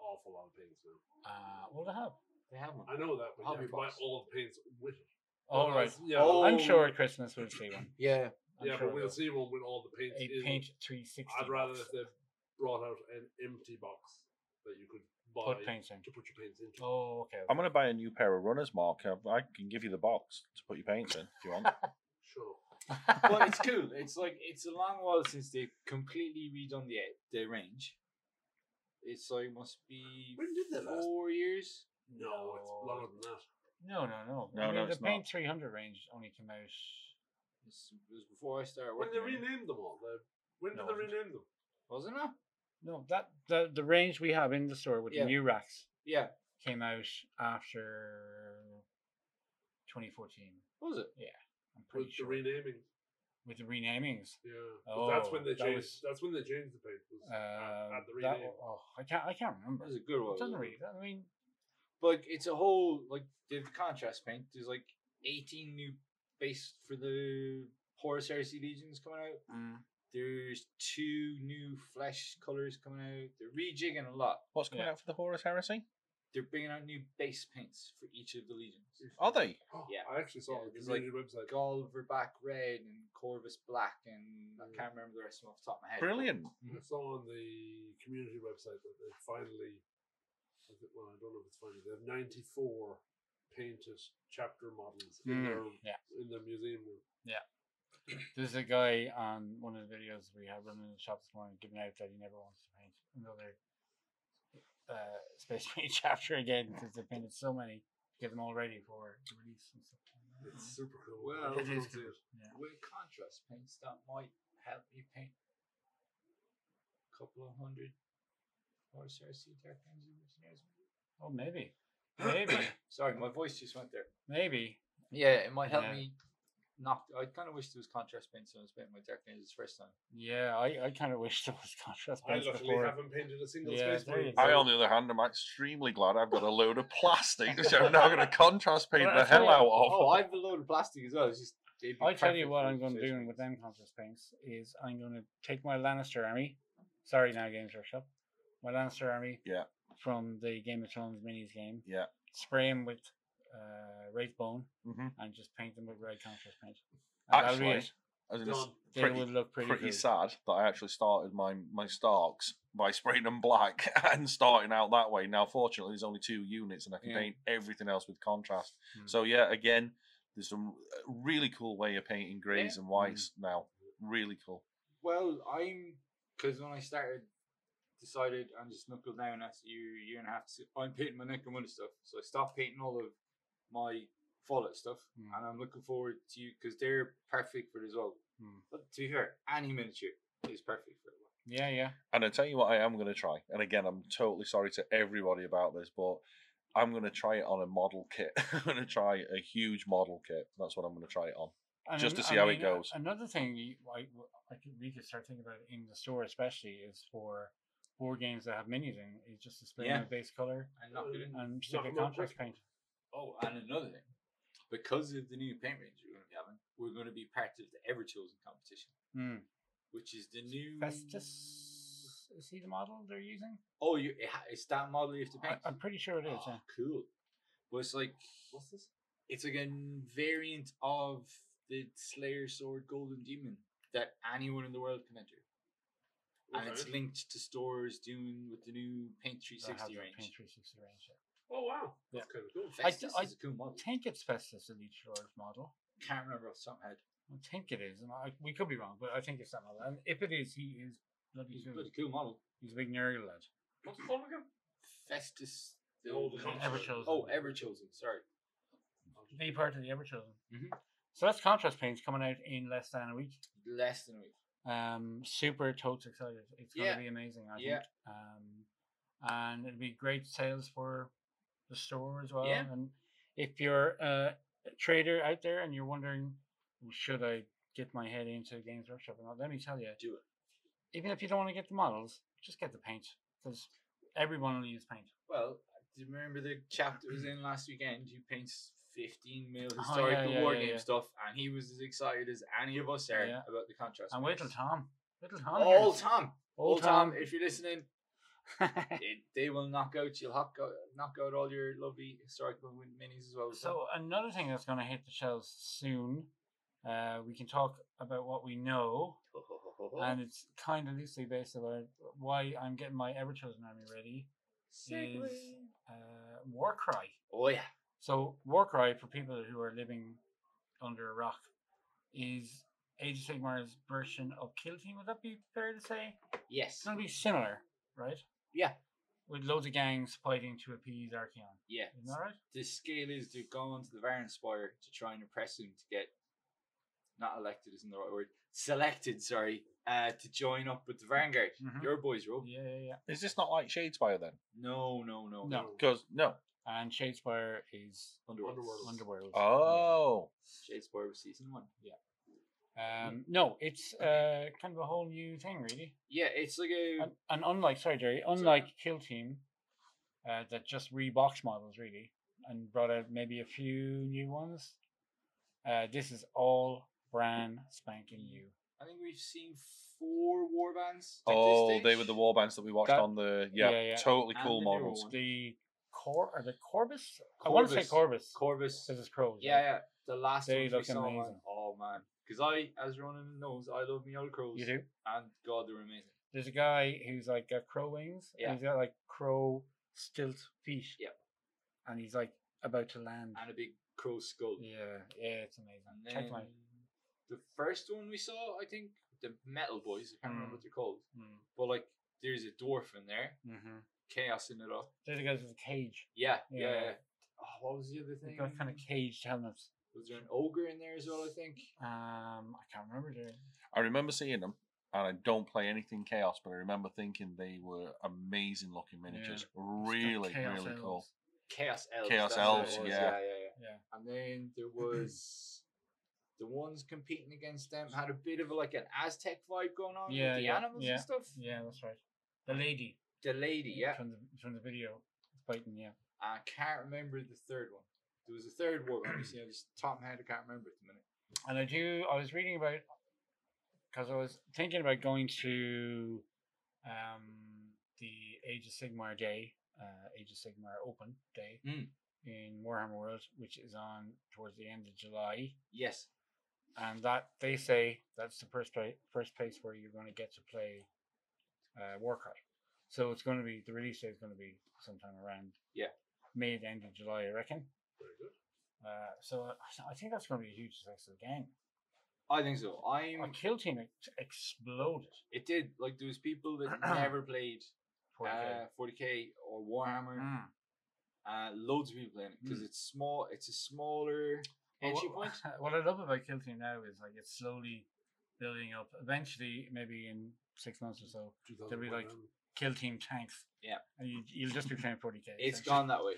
Speaker 2: awful lot of paints now.
Speaker 1: Uh, what do I have?
Speaker 4: They have one.
Speaker 2: I know that, but you
Speaker 4: Hobby
Speaker 2: have to buy
Speaker 4: box.
Speaker 2: all the paints with it.
Speaker 1: All right,
Speaker 2: Otherwise, Yeah,
Speaker 4: Oh,
Speaker 1: I'm sure at Christmas we'll see one.
Speaker 4: Yeah.
Speaker 1: I'm
Speaker 2: yeah,
Speaker 1: sure
Speaker 2: but we'll
Speaker 1: we'll-
Speaker 2: see one with all the paints.
Speaker 1: a
Speaker 2: in it.
Speaker 1: paint 360.
Speaker 2: I'd rather
Speaker 1: box.
Speaker 2: if they brought out an empty box that you could buy
Speaker 1: put paints in.
Speaker 2: to put your paints into.
Speaker 1: Oh, okay.
Speaker 3: I'm gonna buy a new pair of runners, Mark. I, I can give you the box to put your paints in if you want.
Speaker 2: Sure.
Speaker 4: Well, it's cool. It's like it's a long while since they completely redone the the range. It's like must be
Speaker 2: When did they last?
Speaker 4: four years.
Speaker 2: No, it's
Speaker 1: No.
Speaker 2: longer than that.
Speaker 1: no, no, no.
Speaker 3: No,
Speaker 1: I mean,
Speaker 3: no,
Speaker 1: the
Speaker 3: it's not.
Speaker 1: paint 300 range only came out.
Speaker 4: It's, it was before I started
Speaker 2: When
Speaker 4: working.
Speaker 2: they
Speaker 4: on it.
Speaker 2: renamed them all, they, when did
Speaker 1: No,
Speaker 2: they
Speaker 1: it wasn't.
Speaker 2: rename them?
Speaker 4: Wasn't it?
Speaker 1: No, that the the range we have in the store with
Speaker 4: Yeah.
Speaker 1: the new racks
Speaker 4: Yeah.
Speaker 1: came out after 2014.
Speaker 4: Was it?
Speaker 1: I'm pretty
Speaker 2: With
Speaker 1: sure.
Speaker 2: the renaming,
Speaker 1: with the renamings.
Speaker 2: yeah. 'Cause that's
Speaker 1: Oh,
Speaker 2: when they
Speaker 1: that
Speaker 2: changed.
Speaker 1: was-
Speaker 2: that's when they changed the paint. Was
Speaker 1: Um,
Speaker 2: at, at the
Speaker 1: that,
Speaker 2: rename.
Speaker 1: oh, I can't. I can't remember.
Speaker 4: That was a good one.
Speaker 1: It doesn't
Speaker 4: wasn't
Speaker 1: really.
Speaker 4: it?
Speaker 1: I mean,
Speaker 4: But it's a whole like the contrast paint. There's like 18 new base for the Horus Heresy Legions coming out. There's two new flesh colors coming out. They're rejigging a lot.
Speaker 3: What's coming
Speaker 1: Yeah.
Speaker 3: out for the Horus Heresy?
Speaker 4: They're bringing out new base paints for each of the legions.
Speaker 3: Are they?
Speaker 4: Yeah.
Speaker 2: I actually saw
Speaker 4: Yeah,
Speaker 2: the
Speaker 4: it's like
Speaker 2: community website.
Speaker 4: Gol Verback Red and Corvus Black, and I
Speaker 2: Mm.
Speaker 4: can't remember the rest of them off the top of my head.
Speaker 3: Brilliant.
Speaker 2: I saw on the community website that they finally, I think- well, I don't know if it's finally, they have 94 painted chapter models in,
Speaker 1: Mm,
Speaker 2: their,
Speaker 1: yeah.
Speaker 2: in the museum room.
Speaker 1: there's a guy on one of the videos we had running in the shop this morning giving out that he never wants to paint another uh, space paint chapter again because they painted so many to get them all ready for the release and stuff. like that.
Speaker 2: It's super cool.
Speaker 4: Well,
Speaker 2: I hope
Speaker 1: It
Speaker 2: they
Speaker 1: is
Speaker 2: don't see
Speaker 1: cool,
Speaker 2: it.
Speaker 1: yeah.
Speaker 4: With contrast paints, that might help me paint a couple of hundred Horus Heresy Dark Angel Legionnaires. maybe.
Speaker 1: Oh, maybe, maybe,
Speaker 4: Sorry, my voice just went there.
Speaker 1: maybe.
Speaker 4: Yeah, it might help
Speaker 1: Yeah.
Speaker 4: me. Knock. I kind of wish there was contrast paints when I was painting my Dark Angels the first time.
Speaker 1: Yeah, I, I kind of wish there was contrast
Speaker 2: I
Speaker 1: paints
Speaker 2: luckily
Speaker 1: before.
Speaker 2: haven't painted a single
Speaker 1: Yeah,
Speaker 2: space
Speaker 1: there you
Speaker 2: marine.
Speaker 1: go.
Speaker 3: I, on the other hand, am extremely glad I've got a load of plastic, which I'm now going to contrast paint
Speaker 1: Well,
Speaker 3: the
Speaker 1: I tell
Speaker 3: hell
Speaker 1: you-
Speaker 3: out of.
Speaker 4: Oh, I've a load of plastic as well. It's just. they'd be
Speaker 1: I tell you
Speaker 4: perfect
Speaker 1: what
Speaker 4: for
Speaker 1: I'm going to
Speaker 4: space
Speaker 1: do with
Speaker 4: marines.
Speaker 1: them contrast paints is I'm going to take my Lannister army. Sorry, now Games Workshop. My Lannister army.
Speaker 3: Yeah.
Speaker 1: From the Game of Thrones minis game.
Speaker 3: Yeah.
Speaker 1: Spray them with uh, Wraith Bone
Speaker 3: Mhm.
Speaker 1: and just paint them with red contrast paint. And that'll be
Speaker 3: Actually,
Speaker 1: it.
Speaker 3: I was gonna s-
Speaker 2: Done.
Speaker 1: They
Speaker 3: pretty,
Speaker 1: would look pretty,
Speaker 3: pretty
Speaker 1: good.
Speaker 3: sad that I actually started my my Starks by spraying them black and starting out that way. Now, fortunately, there's only two units, and I can
Speaker 4: Yeah.
Speaker 3: paint everything else with contrast.
Speaker 1: Mm.
Speaker 3: So yeah, again, there's some uh, really cool way of painting greys and whites now. Really cool.
Speaker 4: Well, I'm because when I started, decided and just knuckled down after year year and a half. To, I'm painting my neck and winter stuff, so I stopped painting all of my Fallout stuff,
Speaker 1: Mm.
Speaker 4: and I'm looking forward to you because they're perfect for it as well.
Speaker 1: Mm.
Speaker 4: But to be fair, any miniature is perfect for it.
Speaker 1: Yeah, yeah.
Speaker 3: And I tell you what, I am going to try. And again, I'm totally sorry to everybody about this, but I'm going to try it on a model kit. I'm going to try a huge model kit. That's what I'm going to try it on.
Speaker 1: And
Speaker 3: Just
Speaker 1: an-
Speaker 3: to see how it
Speaker 1: a-
Speaker 3: goes.
Speaker 1: Another thing you- I, I could, we could start thinking about in the store, especially, is for board games that have minis in, is just to spray
Speaker 4: Yeah.
Speaker 1: them with base color
Speaker 4: And knock it in.
Speaker 1: and stick a
Speaker 2: them out
Speaker 1: contrast
Speaker 2: quick.
Speaker 1: paint.
Speaker 4: Oh, and another thing, because of the new paint range we're going to be having, we're going to be part of the Ever Chosen competition,
Speaker 1: Mm.
Speaker 4: which is the new
Speaker 1: Festus. Is he the model they're using?
Speaker 4: Oh, you, it ha- it's that model you have to
Speaker 1: I,
Speaker 4: paint.
Speaker 1: I'm pretty sure it is.
Speaker 4: Oh,
Speaker 1: yeah.
Speaker 4: cool. Well, it's like
Speaker 2: What's this?
Speaker 4: it's like a variant of the Slayer Sword Golden Demon that anyone in the world can enter, and it's
Speaker 2: Okay.
Speaker 4: linked to stores doing with the new Paint
Speaker 1: They have
Speaker 4: 360
Speaker 1: the
Speaker 4: range.
Speaker 1: Paint 360 range. yeah.
Speaker 2: Oh, wow.
Speaker 1: Yeah.
Speaker 2: That's kind of cool.
Speaker 1: I-
Speaker 4: Festus
Speaker 1: I-
Speaker 4: is a cool model.
Speaker 1: I think it's Festus Elite Lord model.
Speaker 4: Can't remember off the top of my head.
Speaker 1: I think it is. And I, we could be wrong, but I think it's that model. And if it is, he is bloody
Speaker 4: He's a
Speaker 1: cool.
Speaker 4: bloody cool model.
Speaker 1: He's a big nerdy lad.
Speaker 4: What's the full again? Festus.
Speaker 2: The old
Speaker 1: Ever chosen.
Speaker 4: Oh, ever chosen. Sorry.
Speaker 1: The part of the Everchosen.
Speaker 4: Mhm.
Speaker 1: So that's contrast paints coming out in less than a week.
Speaker 4: Less than a week.
Speaker 1: Um, super totes excited. It's gonna
Speaker 4: Yeah.
Speaker 1: be amazing. I
Speaker 4: Yeah.
Speaker 1: think. Um, and it'll be great sales for the store as well.
Speaker 4: Yeah.
Speaker 1: And if you're a trader out there and you're wondering, should I get my head into Games Workshop or not? Let me tell you,
Speaker 4: Do it.
Speaker 1: even if you don't want to get the models, just get the paint because everyone will use paint.
Speaker 4: Well, do you remember the chap that was in last weekend who paints 15 mil
Speaker 1: yeah,
Speaker 4: historical
Speaker 1: Oh, yeah,
Speaker 4: war
Speaker 1: yeah,
Speaker 4: game
Speaker 1: yeah.
Speaker 4: stuff? And he was as excited as any of us are
Speaker 1: Yeah.
Speaker 4: about the contrast.
Speaker 1: And wait till
Speaker 4: points.
Speaker 1: Tom. Little Tom. hears
Speaker 4: All
Speaker 1: it.
Speaker 4: Tom.
Speaker 1: Old
Speaker 4: All Tom,
Speaker 1: Tom.
Speaker 4: if you're listening, it, they will knock out. You'll knock out, knock out all your lovely historical win- minis as well.
Speaker 1: So another thing that's going to hit the shelves soon, uh, we can talk about what we know, and it's kind of loosely based about why I'm getting my Everchosen army ready. Is uh, Warcry.
Speaker 4: oh yeah,
Speaker 1: So Warcry, for people who are living under a rock, is Age of Sigmar's version of Kill Team. Would that be fair to say? It's
Speaker 4: yes,
Speaker 1: going to be similar, right?
Speaker 4: yeah,
Speaker 1: With loads of gangs fighting to appease Archeon.
Speaker 4: yeah.
Speaker 1: Isn't that right?
Speaker 4: The scale is they've gone to the Varren Spire to try and impress him to get not elected isn't the right word. Selected, sorry, uh, to join up with the Vanguard.
Speaker 1: Mhm.
Speaker 4: Your boys, Rob.
Speaker 1: Yeah, yeah, yeah.
Speaker 3: Is this not like Shadespire then?
Speaker 4: No, no, no,
Speaker 1: No.
Speaker 3: Because no.
Speaker 1: And Shadespire is
Speaker 4: Underworld.
Speaker 2: Underworld.
Speaker 1: Underworld.
Speaker 3: Oh,
Speaker 4: Shade Spire was season one. Yeah.
Speaker 1: Um, no, it's uh, kind of a whole new thing, really.
Speaker 4: Yeah, it's like a
Speaker 1: And, and unlike, sorry, Jerry, unlike Kill Team, uh, that just reboxed models, really, and brought out maybe a few new ones, uh, this is all brand spanking new.
Speaker 4: I think we've seen four war bands. at this
Speaker 3: oh,
Speaker 4: stage.
Speaker 3: they were the war bands that we watched
Speaker 1: That-
Speaker 3: on the yeah,
Speaker 1: yeah, yeah.
Speaker 3: totally
Speaker 4: And
Speaker 3: cool
Speaker 4: the newer
Speaker 3: models.
Speaker 4: one.
Speaker 1: The Cor or the Corbus? I want to say Corbus.
Speaker 4: Corvus.
Speaker 1: Because it's pros.
Speaker 4: Yeah,
Speaker 1: right?
Speaker 4: yeah. The last
Speaker 1: They
Speaker 4: ones
Speaker 1: look
Speaker 4: we saw, man.
Speaker 1: amazing.
Speaker 4: Oh man, because I, as Ronan knows, I love me old crows.
Speaker 1: You do?
Speaker 4: And God, they're amazing.
Speaker 1: There's a guy who's like got crow wings.
Speaker 4: Yeah.
Speaker 1: And he's got like crow stilt feet.
Speaker 4: Yep.
Speaker 1: And he's like about to land.
Speaker 4: And a big crow skull.
Speaker 1: Yeah, yeah, it's
Speaker 4: And
Speaker 1: amazing.
Speaker 4: then
Speaker 1: Check them out.
Speaker 4: the first one we saw, I think the Metal Boys. I can't
Speaker 1: Mm.
Speaker 4: remember what they're called,
Speaker 1: Mm.
Speaker 4: but like there's a dwarf in there,
Speaker 1: Mm-hmm.
Speaker 4: chaos in it all.
Speaker 1: They're the guys with the cage.
Speaker 4: Yeah, yeah.
Speaker 1: Yeah.
Speaker 4: yeah. Oh, what was the other
Speaker 1: They've
Speaker 4: thing?
Speaker 1: got kind of caged helmets.
Speaker 4: Was there an ogre in there as well? I think.
Speaker 1: Um, I can't remember. Their...
Speaker 3: I remember seeing them, and I don't play anything Chaos, but I remember thinking they were amazing looking miniatures.
Speaker 1: it's got
Speaker 3: Really,
Speaker 1: chaos
Speaker 3: really cool.
Speaker 1: elves.
Speaker 4: Chaos elves.
Speaker 3: Chaos
Speaker 4: that's what it
Speaker 3: elves,
Speaker 4: was,
Speaker 3: yeah.
Speaker 4: yeah, yeah.
Speaker 1: Yeah.
Speaker 4: And then there was the ones competing against them had a bit of a, like an Aztec vibe going on
Speaker 1: Yeah,
Speaker 4: with the
Speaker 1: yeah,
Speaker 4: animals
Speaker 1: yeah.
Speaker 4: and stuff.
Speaker 1: Yeah, that's right. The lady.
Speaker 4: The lady, yeah.
Speaker 1: From the from the video, fighting. Yeah.
Speaker 4: I can't remember the third one. There was a third war one. See, I just top of my head, I can't remember at the minute.
Speaker 1: And I do. I was reading about because I was thinking about going to um, the Age of Sigmar Day, uh, Age of Sigmar Open Day
Speaker 4: Mm.
Speaker 1: in Warhammer World, which is on towards the end of July,
Speaker 4: Yes.
Speaker 1: and that they say that's the first place, first place where you're going to get to play uh, Warcry. So it's going to be the release day is going to be sometime around
Speaker 4: Yeah.
Speaker 1: mid end of July, I reckon.
Speaker 2: Very good.
Speaker 1: Uh, so I, I think that's going to be a huge success of the game.
Speaker 4: I think so. I'm.
Speaker 1: Our kill team ex- exploded.
Speaker 4: It did. Like there was people that never played
Speaker 1: Poor
Speaker 4: uh, 40k or Warhammer. Uh, loads of people playing it because
Speaker 1: Mm. Oh,
Speaker 4: it's small. It's a smaller entry point.
Speaker 1: What I love about kill team now is like it's slowly building up. Eventually, maybe in six months or so, They'll be like-
Speaker 2: 2001,
Speaker 1: kill team tanks.
Speaker 4: Yeah.
Speaker 1: and you, you'll just be playing forty k.
Speaker 4: It's gone that way.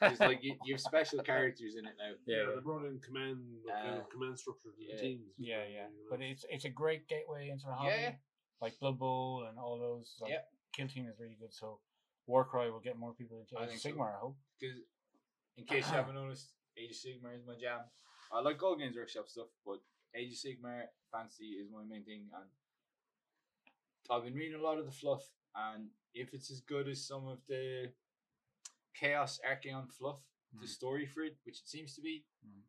Speaker 4: It's like you, you have special characters in it now.
Speaker 2: Yeah,
Speaker 1: Yeah.
Speaker 2: they brought in command, like, kind
Speaker 4: Uh,
Speaker 2: of command structure to the
Speaker 4: yeah.
Speaker 2: teams. and
Speaker 1: Yeah,
Speaker 2: everything,
Speaker 1: yeah,
Speaker 2: you know,
Speaker 1: but it's it's a great gateway into the hobby.
Speaker 4: Yeah.
Speaker 1: like Blood Bowl and all those. Like,
Speaker 4: Yep.
Speaker 1: kill team is really good. So Warcry will get more people into
Speaker 4: I
Speaker 1: Age of
Speaker 4: think so.
Speaker 1: Sigmar. I hope.
Speaker 4: Because in case you haven't noticed, Age of Sigmar is my jam. I like all Games Workshop stuff, but Age of Sigmar fantasy is my main thing. And I've been reading a lot of the fluff, and if it's as good as some of the Chaos Archeon fluff, the
Speaker 1: Mm.
Speaker 4: story for it, which it seems to be,
Speaker 1: Mm.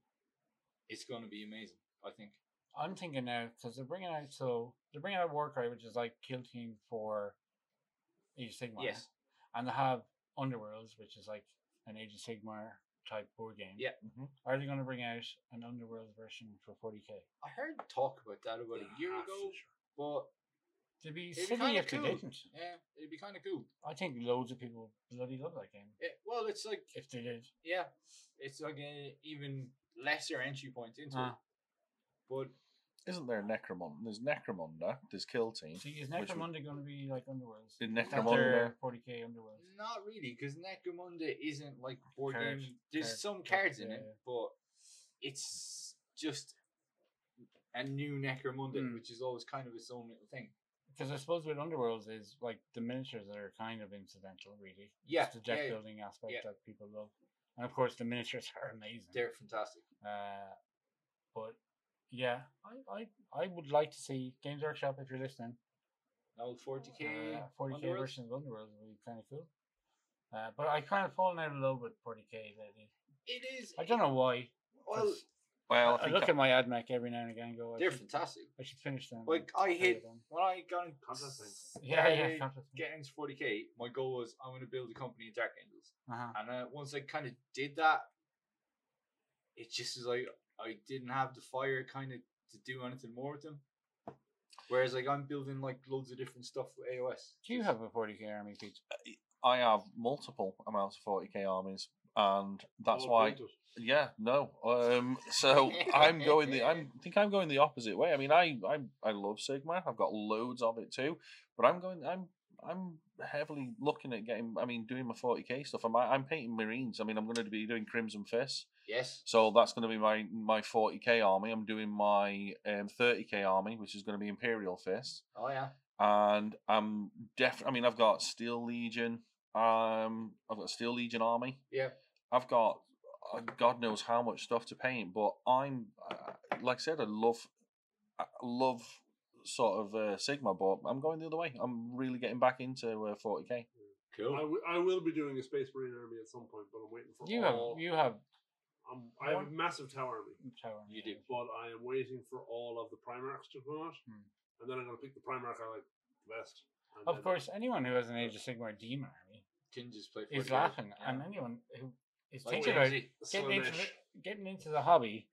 Speaker 4: it's going to be amazing. I think.
Speaker 1: I'm thinking now because they're bringing out so they're bringing out Warcry, which is like kill team for Age of Sigmar.
Speaker 4: Yes.
Speaker 1: and they have Underworlds, which is like an Age of Sigmar type board game.
Speaker 4: Yeah.
Speaker 3: Mhm.
Speaker 1: Are they going to bring out an Underworld version for 40k?
Speaker 4: I heard talk about that about
Speaker 2: but
Speaker 4: a year
Speaker 2: half
Speaker 4: ago,
Speaker 2: the show.
Speaker 4: but
Speaker 1: It'd be
Speaker 4: It'd be
Speaker 1: silly
Speaker 4: kinda
Speaker 1: if they
Speaker 4: cool.
Speaker 1: didn't.
Speaker 4: Yeah, it'd be kind of cool.
Speaker 1: I think loads of people would bloody love that game
Speaker 4: It, well, it's like
Speaker 1: if they did.
Speaker 4: yeah, it's like an even lesser entry point into it.
Speaker 1: Ah.
Speaker 4: But
Speaker 3: Isn't there Necromunda? There's Necromunda. There's Kill Team.
Speaker 1: See, is
Speaker 3: Which would-
Speaker 1: Necromunda going to be like Underworlds?
Speaker 3: Did
Speaker 1: Is that
Speaker 3: Necromunda-
Speaker 1: their 40k Underworlds.
Speaker 4: not really, because Necromunda isn't like board
Speaker 1: Cards,
Speaker 4: game. There's
Speaker 1: cards,
Speaker 4: some
Speaker 1: cards,
Speaker 4: cards in
Speaker 1: yeah,
Speaker 4: it,
Speaker 1: yeah.
Speaker 4: but it's just a new Necromunda,
Speaker 1: Mm.
Speaker 4: which is always kind of its own little thing.
Speaker 1: Because I suppose with Underworlds is like the miniatures are kind of incidental, really.
Speaker 4: Yeah,
Speaker 1: It's the deck
Speaker 4: yeah, yeah.
Speaker 1: building aspect
Speaker 4: Yeah.
Speaker 1: that people love, and of course the miniatures are amazing.
Speaker 4: They're fantastic.
Speaker 1: Uh, but yeah, I, I I would like to see Games Workshop if you're listening. Uh,
Speaker 4: Now 40k,
Speaker 1: forty k
Speaker 4: Underworld?
Speaker 1: version of Underworld would be kind of cool. Uh, but I kind of fallen out of love with forty k lately.
Speaker 4: It is.
Speaker 1: I don't know why.
Speaker 4: Well,
Speaker 1: 'cause
Speaker 3: Well, I
Speaker 1: I
Speaker 3: think
Speaker 1: look
Speaker 3: that-
Speaker 1: at my ad mech every now and again. and Go. I
Speaker 4: they're
Speaker 1: should,
Speaker 4: fantastic.
Speaker 1: I should finish them.
Speaker 4: Like
Speaker 1: and
Speaker 4: I
Speaker 1: play with
Speaker 4: hit
Speaker 1: them.
Speaker 4: when I got in
Speaker 2: Contest thing.
Speaker 1: Yeah, yeah.
Speaker 4: started
Speaker 1: Counter-
Speaker 4: getting into 40k. My goal was I'm going to build a company in Dark Angels.
Speaker 1: uh-huh.
Speaker 4: And uh, once I kind of did that, it just was like I didn't have the fire kind of to do anything more with them. Whereas like I'm building like loads of different stuff with AOS.
Speaker 1: Do you have a forty k army, Pete?
Speaker 3: I have multiple amounts of 40k armies, and that's
Speaker 1: Oh,
Speaker 3: why. Yeah, no. Um, so I'm going the. I'm I think I'm going the opposite way. I mean, I I'm, I love Sigma. I've got loads of it too, but I'm going. I'm I'm heavily looking at getting. I mean, doing my 40k stuff. I'm I'm painting Marines. I mean, I'm going to be doing Crimson Fist.
Speaker 4: Yes.
Speaker 3: So that's going to be my my 40k army. I'm doing my um 30k army, which is going to be Imperial Fist
Speaker 4: Oh yeah.
Speaker 3: and I'm def. I mean, I've got Steel Legion. Um, I've got Steel Legion Army.
Speaker 4: Yeah.
Speaker 3: I've got uh, God knows how much stuff to paint, but I'm uh, like I said, I love, I love sort of uh, Sigma, but I'm going the other way. I'm really getting back into uh, 40k.
Speaker 2: I,
Speaker 4: Cool.
Speaker 2: w- I will be doing a Space Marine army at some point, but I'm waiting for
Speaker 1: You have
Speaker 2: all.
Speaker 1: you have
Speaker 2: I'm, I have a massive tower army,
Speaker 1: tower.
Speaker 4: You
Speaker 1: yeah.
Speaker 4: do.
Speaker 2: but I am waiting for all of the Primarchs to come out,
Speaker 1: Hmm.
Speaker 2: and then I'm going to pick the Primarch I like the best. and
Speaker 1: Of
Speaker 2: then-
Speaker 1: course, anyone who has an Age of Sigmar Demon army
Speaker 4: Can just play.
Speaker 1: is
Speaker 4: 40K.
Speaker 1: laughing,
Speaker 4: Yeah.
Speaker 1: and anyone who is
Speaker 4: Like
Speaker 1: thinking about
Speaker 4: Ramsey.
Speaker 1: getting into
Speaker 2: Slanesh.
Speaker 1: the, getting into the hobby,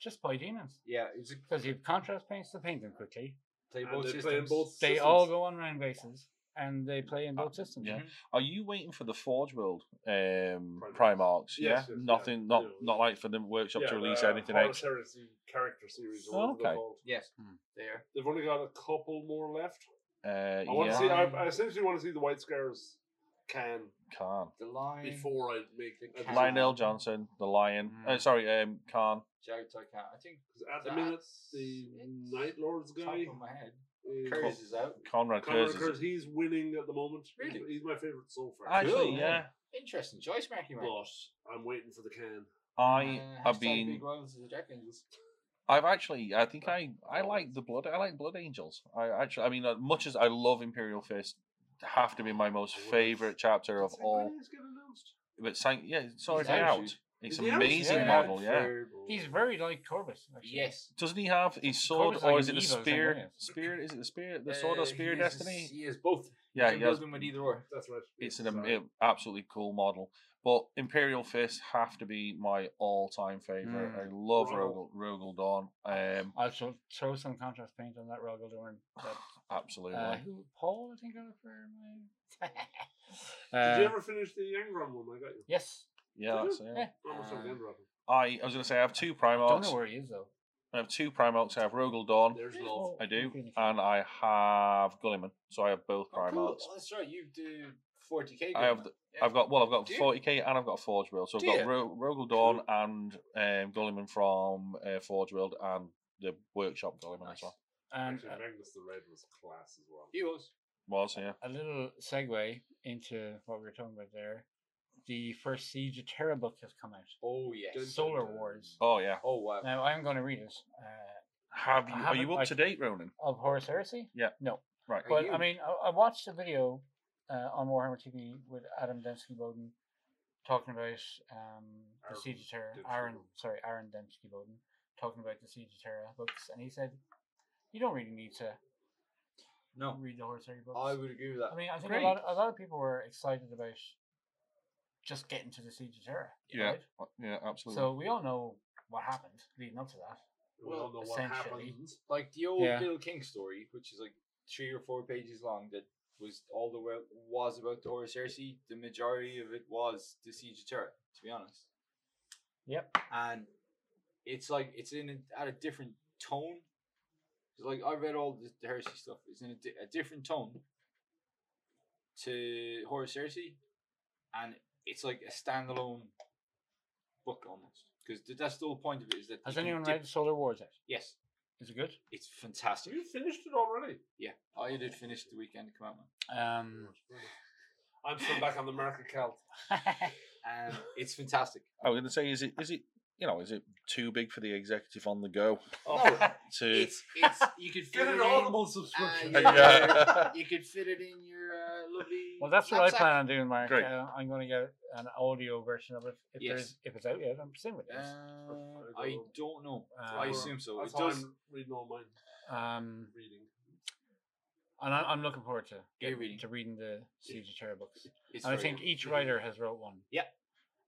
Speaker 1: just play demons
Speaker 4: Yeah, it's a
Speaker 1: because you have contrast paints to paint them quickly.
Speaker 4: play
Speaker 2: And
Speaker 4: both
Speaker 2: they play in
Speaker 4: systems.
Speaker 2: both-
Speaker 1: They
Speaker 2: Systems.
Speaker 1: all go on round bases, and they play in both systems.
Speaker 2: Mm-hmm.
Speaker 3: yeah. Are you waiting for the Forge World um,
Speaker 2: Primarchs.
Speaker 3: Primarchs? yeah,
Speaker 2: Yes, yes, yeah.
Speaker 3: nothing, not
Speaker 2: Yeah.
Speaker 3: not like for the workshop to
Speaker 2: Yeah,
Speaker 3: release
Speaker 2: the
Speaker 3: anything
Speaker 2: uh, Horus
Speaker 3: extra.
Speaker 2: Heresy character series. or whatever they're
Speaker 3: Okay.
Speaker 2: called.
Speaker 4: Yes.
Speaker 1: Hmm.
Speaker 4: There.
Speaker 2: They've only got a couple more left.
Speaker 3: Uh,
Speaker 2: I want
Speaker 3: yeah,
Speaker 2: to see. I, I essentially want to see the White Scars can
Speaker 3: Khan,
Speaker 4: The line.
Speaker 2: before I make
Speaker 4: The
Speaker 2: a decision.
Speaker 4: Khan.
Speaker 3: Lionel Johnson, the Lion. Uh,
Speaker 1: Mm.
Speaker 3: sorry, um, Khan.
Speaker 4: Jared Tycan. I think
Speaker 2: 'Cause At the minute, the
Speaker 4: That's-
Speaker 2: Night Lords
Speaker 4: top
Speaker 2: guy
Speaker 4: of my head.
Speaker 2: is
Speaker 4: Curse is out.
Speaker 3: Conrad
Speaker 2: Conor
Speaker 3: Kurz.
Speaker 2: Kurz, He's winning at the moment.
Speaker 4: Really?
Speaker 2: He's my favorite so far.
Speaker 3: Actually,
Speaker 4: Cool.
Speaker 3: yeah.
Speaker 4: Interesting choice, Marky Mark.
Speaker 2: But I'm waiting for the can.
Speaker 3: I
Speaker 4: Uh,
Speaker 3: have
Speaker 4: hashtag
Speaker 3: been.
Speaker 4: Big Wales is the Jack Angels.
Speaker 3: I've actually. I think I. I like the blood. I like Blood Angels. I actually. I mean, as much as I love Imperial Fist, have to be my most
Speaker 2: I wonder if-
Speaker 3: favorite chapter of
Speaker 2: Did
Speaker 3: all.
Speaker 2: Saint Guineas get announced?
Speaker 3: But Saint, yeah, it's already
Speaker 4: out,
Speaker 3: out.
Speaker 4: dude.
Speaker 3: It's
Speaker 2: Is he out?
Speaker 3: amazing
Speaker 1: Yeah.
Speaker 3: model. Yeah.
Speaker 1: He's very like Corbus. Actually.
Speaker 4: Yes.
Speaker 3: Doesn't he have his sword,
Speaker 1: Corbin's like
Speaker 3: or
Speaker 1: an
Speaker 3: is it the
Speaker 1: evil Saint
Speaker 3: spear?
Speaker 1: Guineas.
Speaker 3: Spear is it the spear?
Speaker 4: Uh,
Speaker 3: The sword or spear?
Speaker 4: he is-
Speaker 3: Destiny.
Speaker 4: He is both.
Speaker 3: yeah,
Speaker 4: you
Speaker 3: he
Speaker 4: can
Speaker 3: has
Speaker 4: build him with either or.
Speaker 2: That's right.
Speaker 3: it's an
Speaker 2: Yes,
Speaker 3: am-
Speaker 2: sorry.
Speaker 3: a- absolutely cool model. But Imperial Fist have to be my all-time favorite.
Speaker 1: Mm.
Speaker 3: I love
Speaker 2: Rogel.
Speaker 3: Rogel, Rogel Dawn. Um,
Speaker 1: I'll throw- throw some contrast paint on that Rogel Dorn. that,
Speaker 3: absolutely.
Speaker 1: Uh, who Paul? I think got it for my.
Speaker 2: Did you
Speaker 1: Uh,
Speaker 2: ever finish the Angron one? I got you.
Speaker 1: yes.
Speaker 3: yeah,
Speaker 2: did
Speaker 3: that's
Speaker 2: you?
Speaker 3: it.
Speaker 1: Yeah.
Speaker 2: I almost had the
Speaker 4: Uh,
Speaker 2: Angron.
Speaker 3: I, I was gonna say I have two
Speaker 1: Don't know
Speaker 3: Primarchs.
Speaker 1: where he is though.
Speaker 3: I have two Primarchs. I have Rogel Dawn.
Speaker 2: There's
Speaker 1: There's
Speaker 2: love.
Speaker 1: love.
Speaker 3: I do,
Speaker 1: Infinity.
Speaker 3: and I have Gulliman. So I have both
Speaker 4: Oh,
Speaker 3: Primarchs.
Speaker 4: cool. Oh, that's right. You do 40k.
Speaker 3: I have
Speaker 4: game.
Speaker 3: the,
Speaker 4: Yeah.
Speaker 3: I've got well, I've got
Speaker 4: Do you?
Speaker 3: 40k and I've got Forge World. So I've
Speaker 4: Do you?
Speaker 3: got Ro- Rogel Dawn and um, Gulliman from uh, Forge World and the Workshop Gulliman
Speaker 4: Nice.
Speaker 3: as well.
Speaker 1: And uh,
Speaker 2: Actually, Magnus the Red was class as well.
Speaker 4: He was.
Speaker 3: Was yeah.
Speaker 1: a little segue into what we were talking about there. The first Siege of Terra book has come out.
Speaker 4: Oh yes.
Speaker 2: Dun-
Speaker 1: Solar
Speaker 2: dun.
Speaker 1: Wars.
Speaker 3: Oh yeah.
Speaker 4: Oh wow.
Speaker 1: Now I'm going to read it. Uh,
Speaker 3: Have
Speaker 1: I
Speaker 3: you? Are
Speaker 1: haven't,
Speaker 3: you up
Speaker 1: like-
Speaker 3: to date, Ronan?
Speaker 1: of Horus Heresy?
Speaker 3: Yeah.
Speaker 1: No.
Speaker 3: Right.
Speaker 4: Are
Speaker 1: But
Speaker 4: you?
Speaker 1: I mean, I, I watched a video uh, on Warhammer TV with Adam Dembski Bowden talking about um, the
Speaker 2: Aaron
Speaker 1: Siege of Terra.
Speaker 2: Dembski
Speaker 1: Aaron,
Speaker 2: Bowden.
Speaker 1: sorry, Aaron Dembski Bowden talking about the Siege of Terra books, and he said, "You don't really need to
Speaker 4: no,
Speaker 1: read the Horus Heresy books."
Speaker 4: I would agree with that.
Speaker 1: I mean, I think
Speaker 3: Great.
Speaker 1: a lot, a lot of people were excited about just getting to the Siege of Terra.
Speaker 3: Yeah.
Speaker 1: right?
Speaker 3: Uh, Yeah, absolutely.
Speaker 1: So we all know what happened leading up to that.
Speaker 2: We all
Speaker 4: Well,
Speaker 2: know what
Speaker 1: essentially.
Speaker 2: happens.
Speaker 4: like the old
Speaker 1: Yeah.
Speaker 4: Bill King story, which is like three or four pages long that was all the world was about the Horus Heresy. The majority of it was the Siege of Turret, to be honest.
Speaker 1: Yep.
Speaker 4: And it's like it's in a, at a different tone. 'Cause, like I read all the, the Heresy stuff. It's in a, di- a different tone to Horus Heresy, and it's like a standalone book almost. Because that's the whole point of it is that
Speaker 1: Has
Speaker 4: you can
Speaker 1: anyone
Speaker 4: dip-
Speaker 1: read Solar Wars yet?
Speaker 4: Yes,
Speaker 1: Is it good?
Speaker 4: it's fantastic.
Speaker 2: You finished it already.
Speaker 4: Yeah, I did finish the weekend of Commandment.
Speaker 1: Um,
Speaker 2: I'm still back on the market cult.
Speaker 4: and it's fantastic.
Speaker 3: I was going to say, is it is it you know is it too big for the executive on the go
Speaker 2: Oh,
Speaker 3: to?
Speaker 4: It's it's you could fit
Speaker 2: get
Speaker 4: it
Speaker 2: an
Speaker 4: in.
Speaker 2: Audible
Speaker 4: Uh,
Speaker 2: subscription.
Speaker 3: yeah.
Speaker 4: You could fit it in your uh, lovely.
Speaker 1: well, that's what I
Speaker 4: knapsack.
Speaker 1: plan on doing, Mark.
Speaker 3: Great.
Speaker 1: Uh, I'm going to get an audio version of it if
Speaker 4: Yes.
Speaker 1: there's if it's out yet. I'm seeing it. is.
Speaker 4: Uh, I don't know.
Speaker 1: Uh,
Speaker 4: I assume so. It
Speaker 2: That's how
Speaker 4: does.
Speaker 2: I'm reading all mine.
Speaker 1: Um,
Speaker 2: Reading.
Speaker 1: and I, I'm looking forward to getting-
Speaker 4: reading.
Speaker 1: to reading the Siege of Terror books.
Speaker 4: It's
Speaker 1: And I
Speaker 4: very
Speaker 1: think
Speaker 4: good.
Speaker 1: each writer has wrote one.
Speaker 4: Yeah.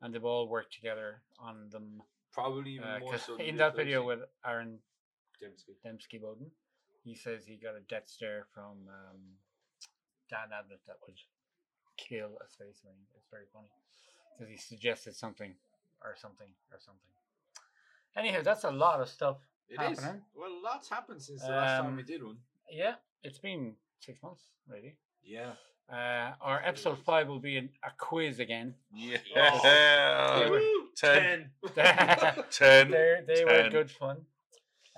Speaker 1: And they've all worked together on them.
Speaker 4: probably even
Speaker 1: Uh,
Speaker 4: more
Speaker 1: 'cause
Speaker 4: so than
Speaker 1: in
Speaker 4: the
Speaker 1: that video
Speaker 4: Thursday.
Speaker 1: with Aaron
Speaker 2: Dembski.
Speaker 1: Dembski Bowden, he says he got a death stare from um, Dan Abnett that would kill a space marine. It's very funny because he suggested something or something or something. Anyhow, that's a lot of stuff.
Speaker 4: It is.
Speaker 1: happening.
Speaker 4: Well, lots happened since the last time we
Speaker 1: Um,
Speaker 4: did one.
Speaker 1: Yeah, it's been six months, really.
Speaker 4: Yeah.
Speaker 1: Uh, our episode five will be an, a quiz again.
Speaker 3: Yeah.
Speaker 1: They were-
Speaker 3: Uh, Ten.
Speaker 1: Ten.
Speaker 3: Ten.
Speaker 1: they they were
Speaker 3: Ten.
Speaker 1: good fun.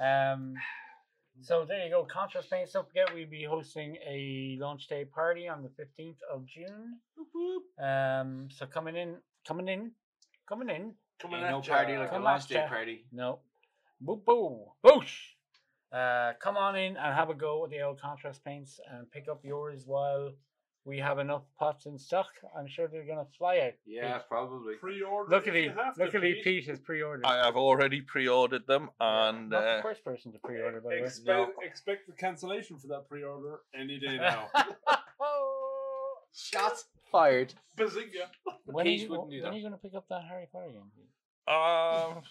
Speaker 1: Um, so there you go. Contrast paint. Don't forget, we'll be hosting a launch day party on the fifteenth of June. Um, so coming in, coming in, coming in.
Speaker 2: Coming
Speaker 4: Ain't
Speaker 2: at
Speaker 4: no
Speaker 2: ya.
Speaker 4: party like a
Speaker 1: Come
Speaker 4: last
Speaker 1: at
Speaker 4: day
Speaker 1: ya.
Speaker 4: party.
Speaker 1: No, boo boo boosh. Uh, come on in and have a go at the old contrast paints and pick up yours while we have enough pots in stock. I'm sure they're gonna fly out.
Speaker 4: Yeah, probably.
Speaker 2: Pre-order. if
Speaker 1: Luckily,
Speaker 2: you have to,
Speaker 1: luckily,
Speaker 2: Pete.
Speaker 1: Pete has pre-ordered.
Speaker 3: I have already pre-ordered them, and
Speaker 1: Not the
Speaker 3: uh,
Speaker 1: first person to pre-order, by the way.
Speaker 2: Expect,
Speaker 4: No.
Speaker 2: expect the cancellation for that pre-order any day now.
Speaker 1: oh,
Speaker 4: Shots fired.
Speaker 2: Bazinga!
Speaker 1: when are,
Speaker 4: Peach
Speaker 1: you,
Speaker 4: wouldn't do
Speaker 1: when
Speaker 4: that.
Speaker 1: are you going to pick up that Harry Potter game?
Speaker 3: um, the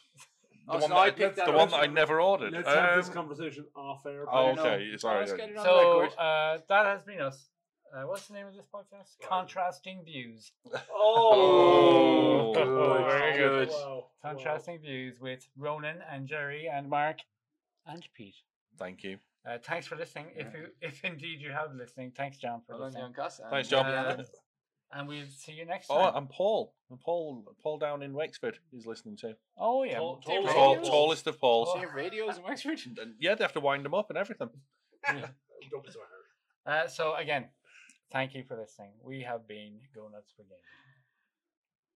Speaker 4: Oh,
Speaker 3: one
Speaker 4: so
Speaker 3: that
Speaker 4: I
Speaker 3: I-
Speaker 4: picked that
Speaker 3: the
Speaker 4: up.
Speaker 3: one that I never ordered.
Speaker 2: Let's have this
Speaker 3: Um,
Speaker 2: conversation off air.
Speaker 4: I
Speaker 3: Oh,
Speaker 4: don't
Speaker 2: please.
Speaker 4: know.
Speaker 3: okay, sorry,
Speaker 4: Let's
Speaker 3: okay.
Speaker 4: get it on the
Speaker 1: So
Speaker 4: record.
Speaker 1: uh, that has been us. Uh, what's the name of this podcast?
Speaker 2: Wow.
Speaker 1: Contrasting Views.
Speaker 2: Oh,
Speaker 3: Oh,
Speaker 1: good,
Speaker 2: wow,
Speaker 1: very good.
Speaker 2: wow, wow.
Speaker 1: Contrasting Views with Ronan and Jerry and Mark and Pete.
Speaker 3: Thank you.
Speaker 1: Uh, thanks for listening. If you, if indeed you have listening, thanks John for
Speaker 4: Well done,
Speaker 1: listening.
Speaker 4: young cuss, and-
Speaker 3: Thanks, John.
Speaker 1: Uh, and we'll see you next
Speaker 3: Oh,
Speaker 1: time.
Speaker 3: and Paul, and Paul, Paul down in Wexford is listening to
Speaker 1: oh yeah,
Speaker 2: Tall-
Speaker 1: Dear
Speaker 2: tall-
Speaker 3: Tall,
Speaker 1: Radio.
Speaker 2: Paul.
Speaker 3: tallest of Pauls.
Speaker 1: Oh.
Speaker 4: Same radios in Wexford.
Speaker 3: And yeah, they have to wind them up and everything.
Speaker 2: Don't be so hard.
Speaker 1: Uh, so again, thank you for listening. We have been Go Nuts for Gaming.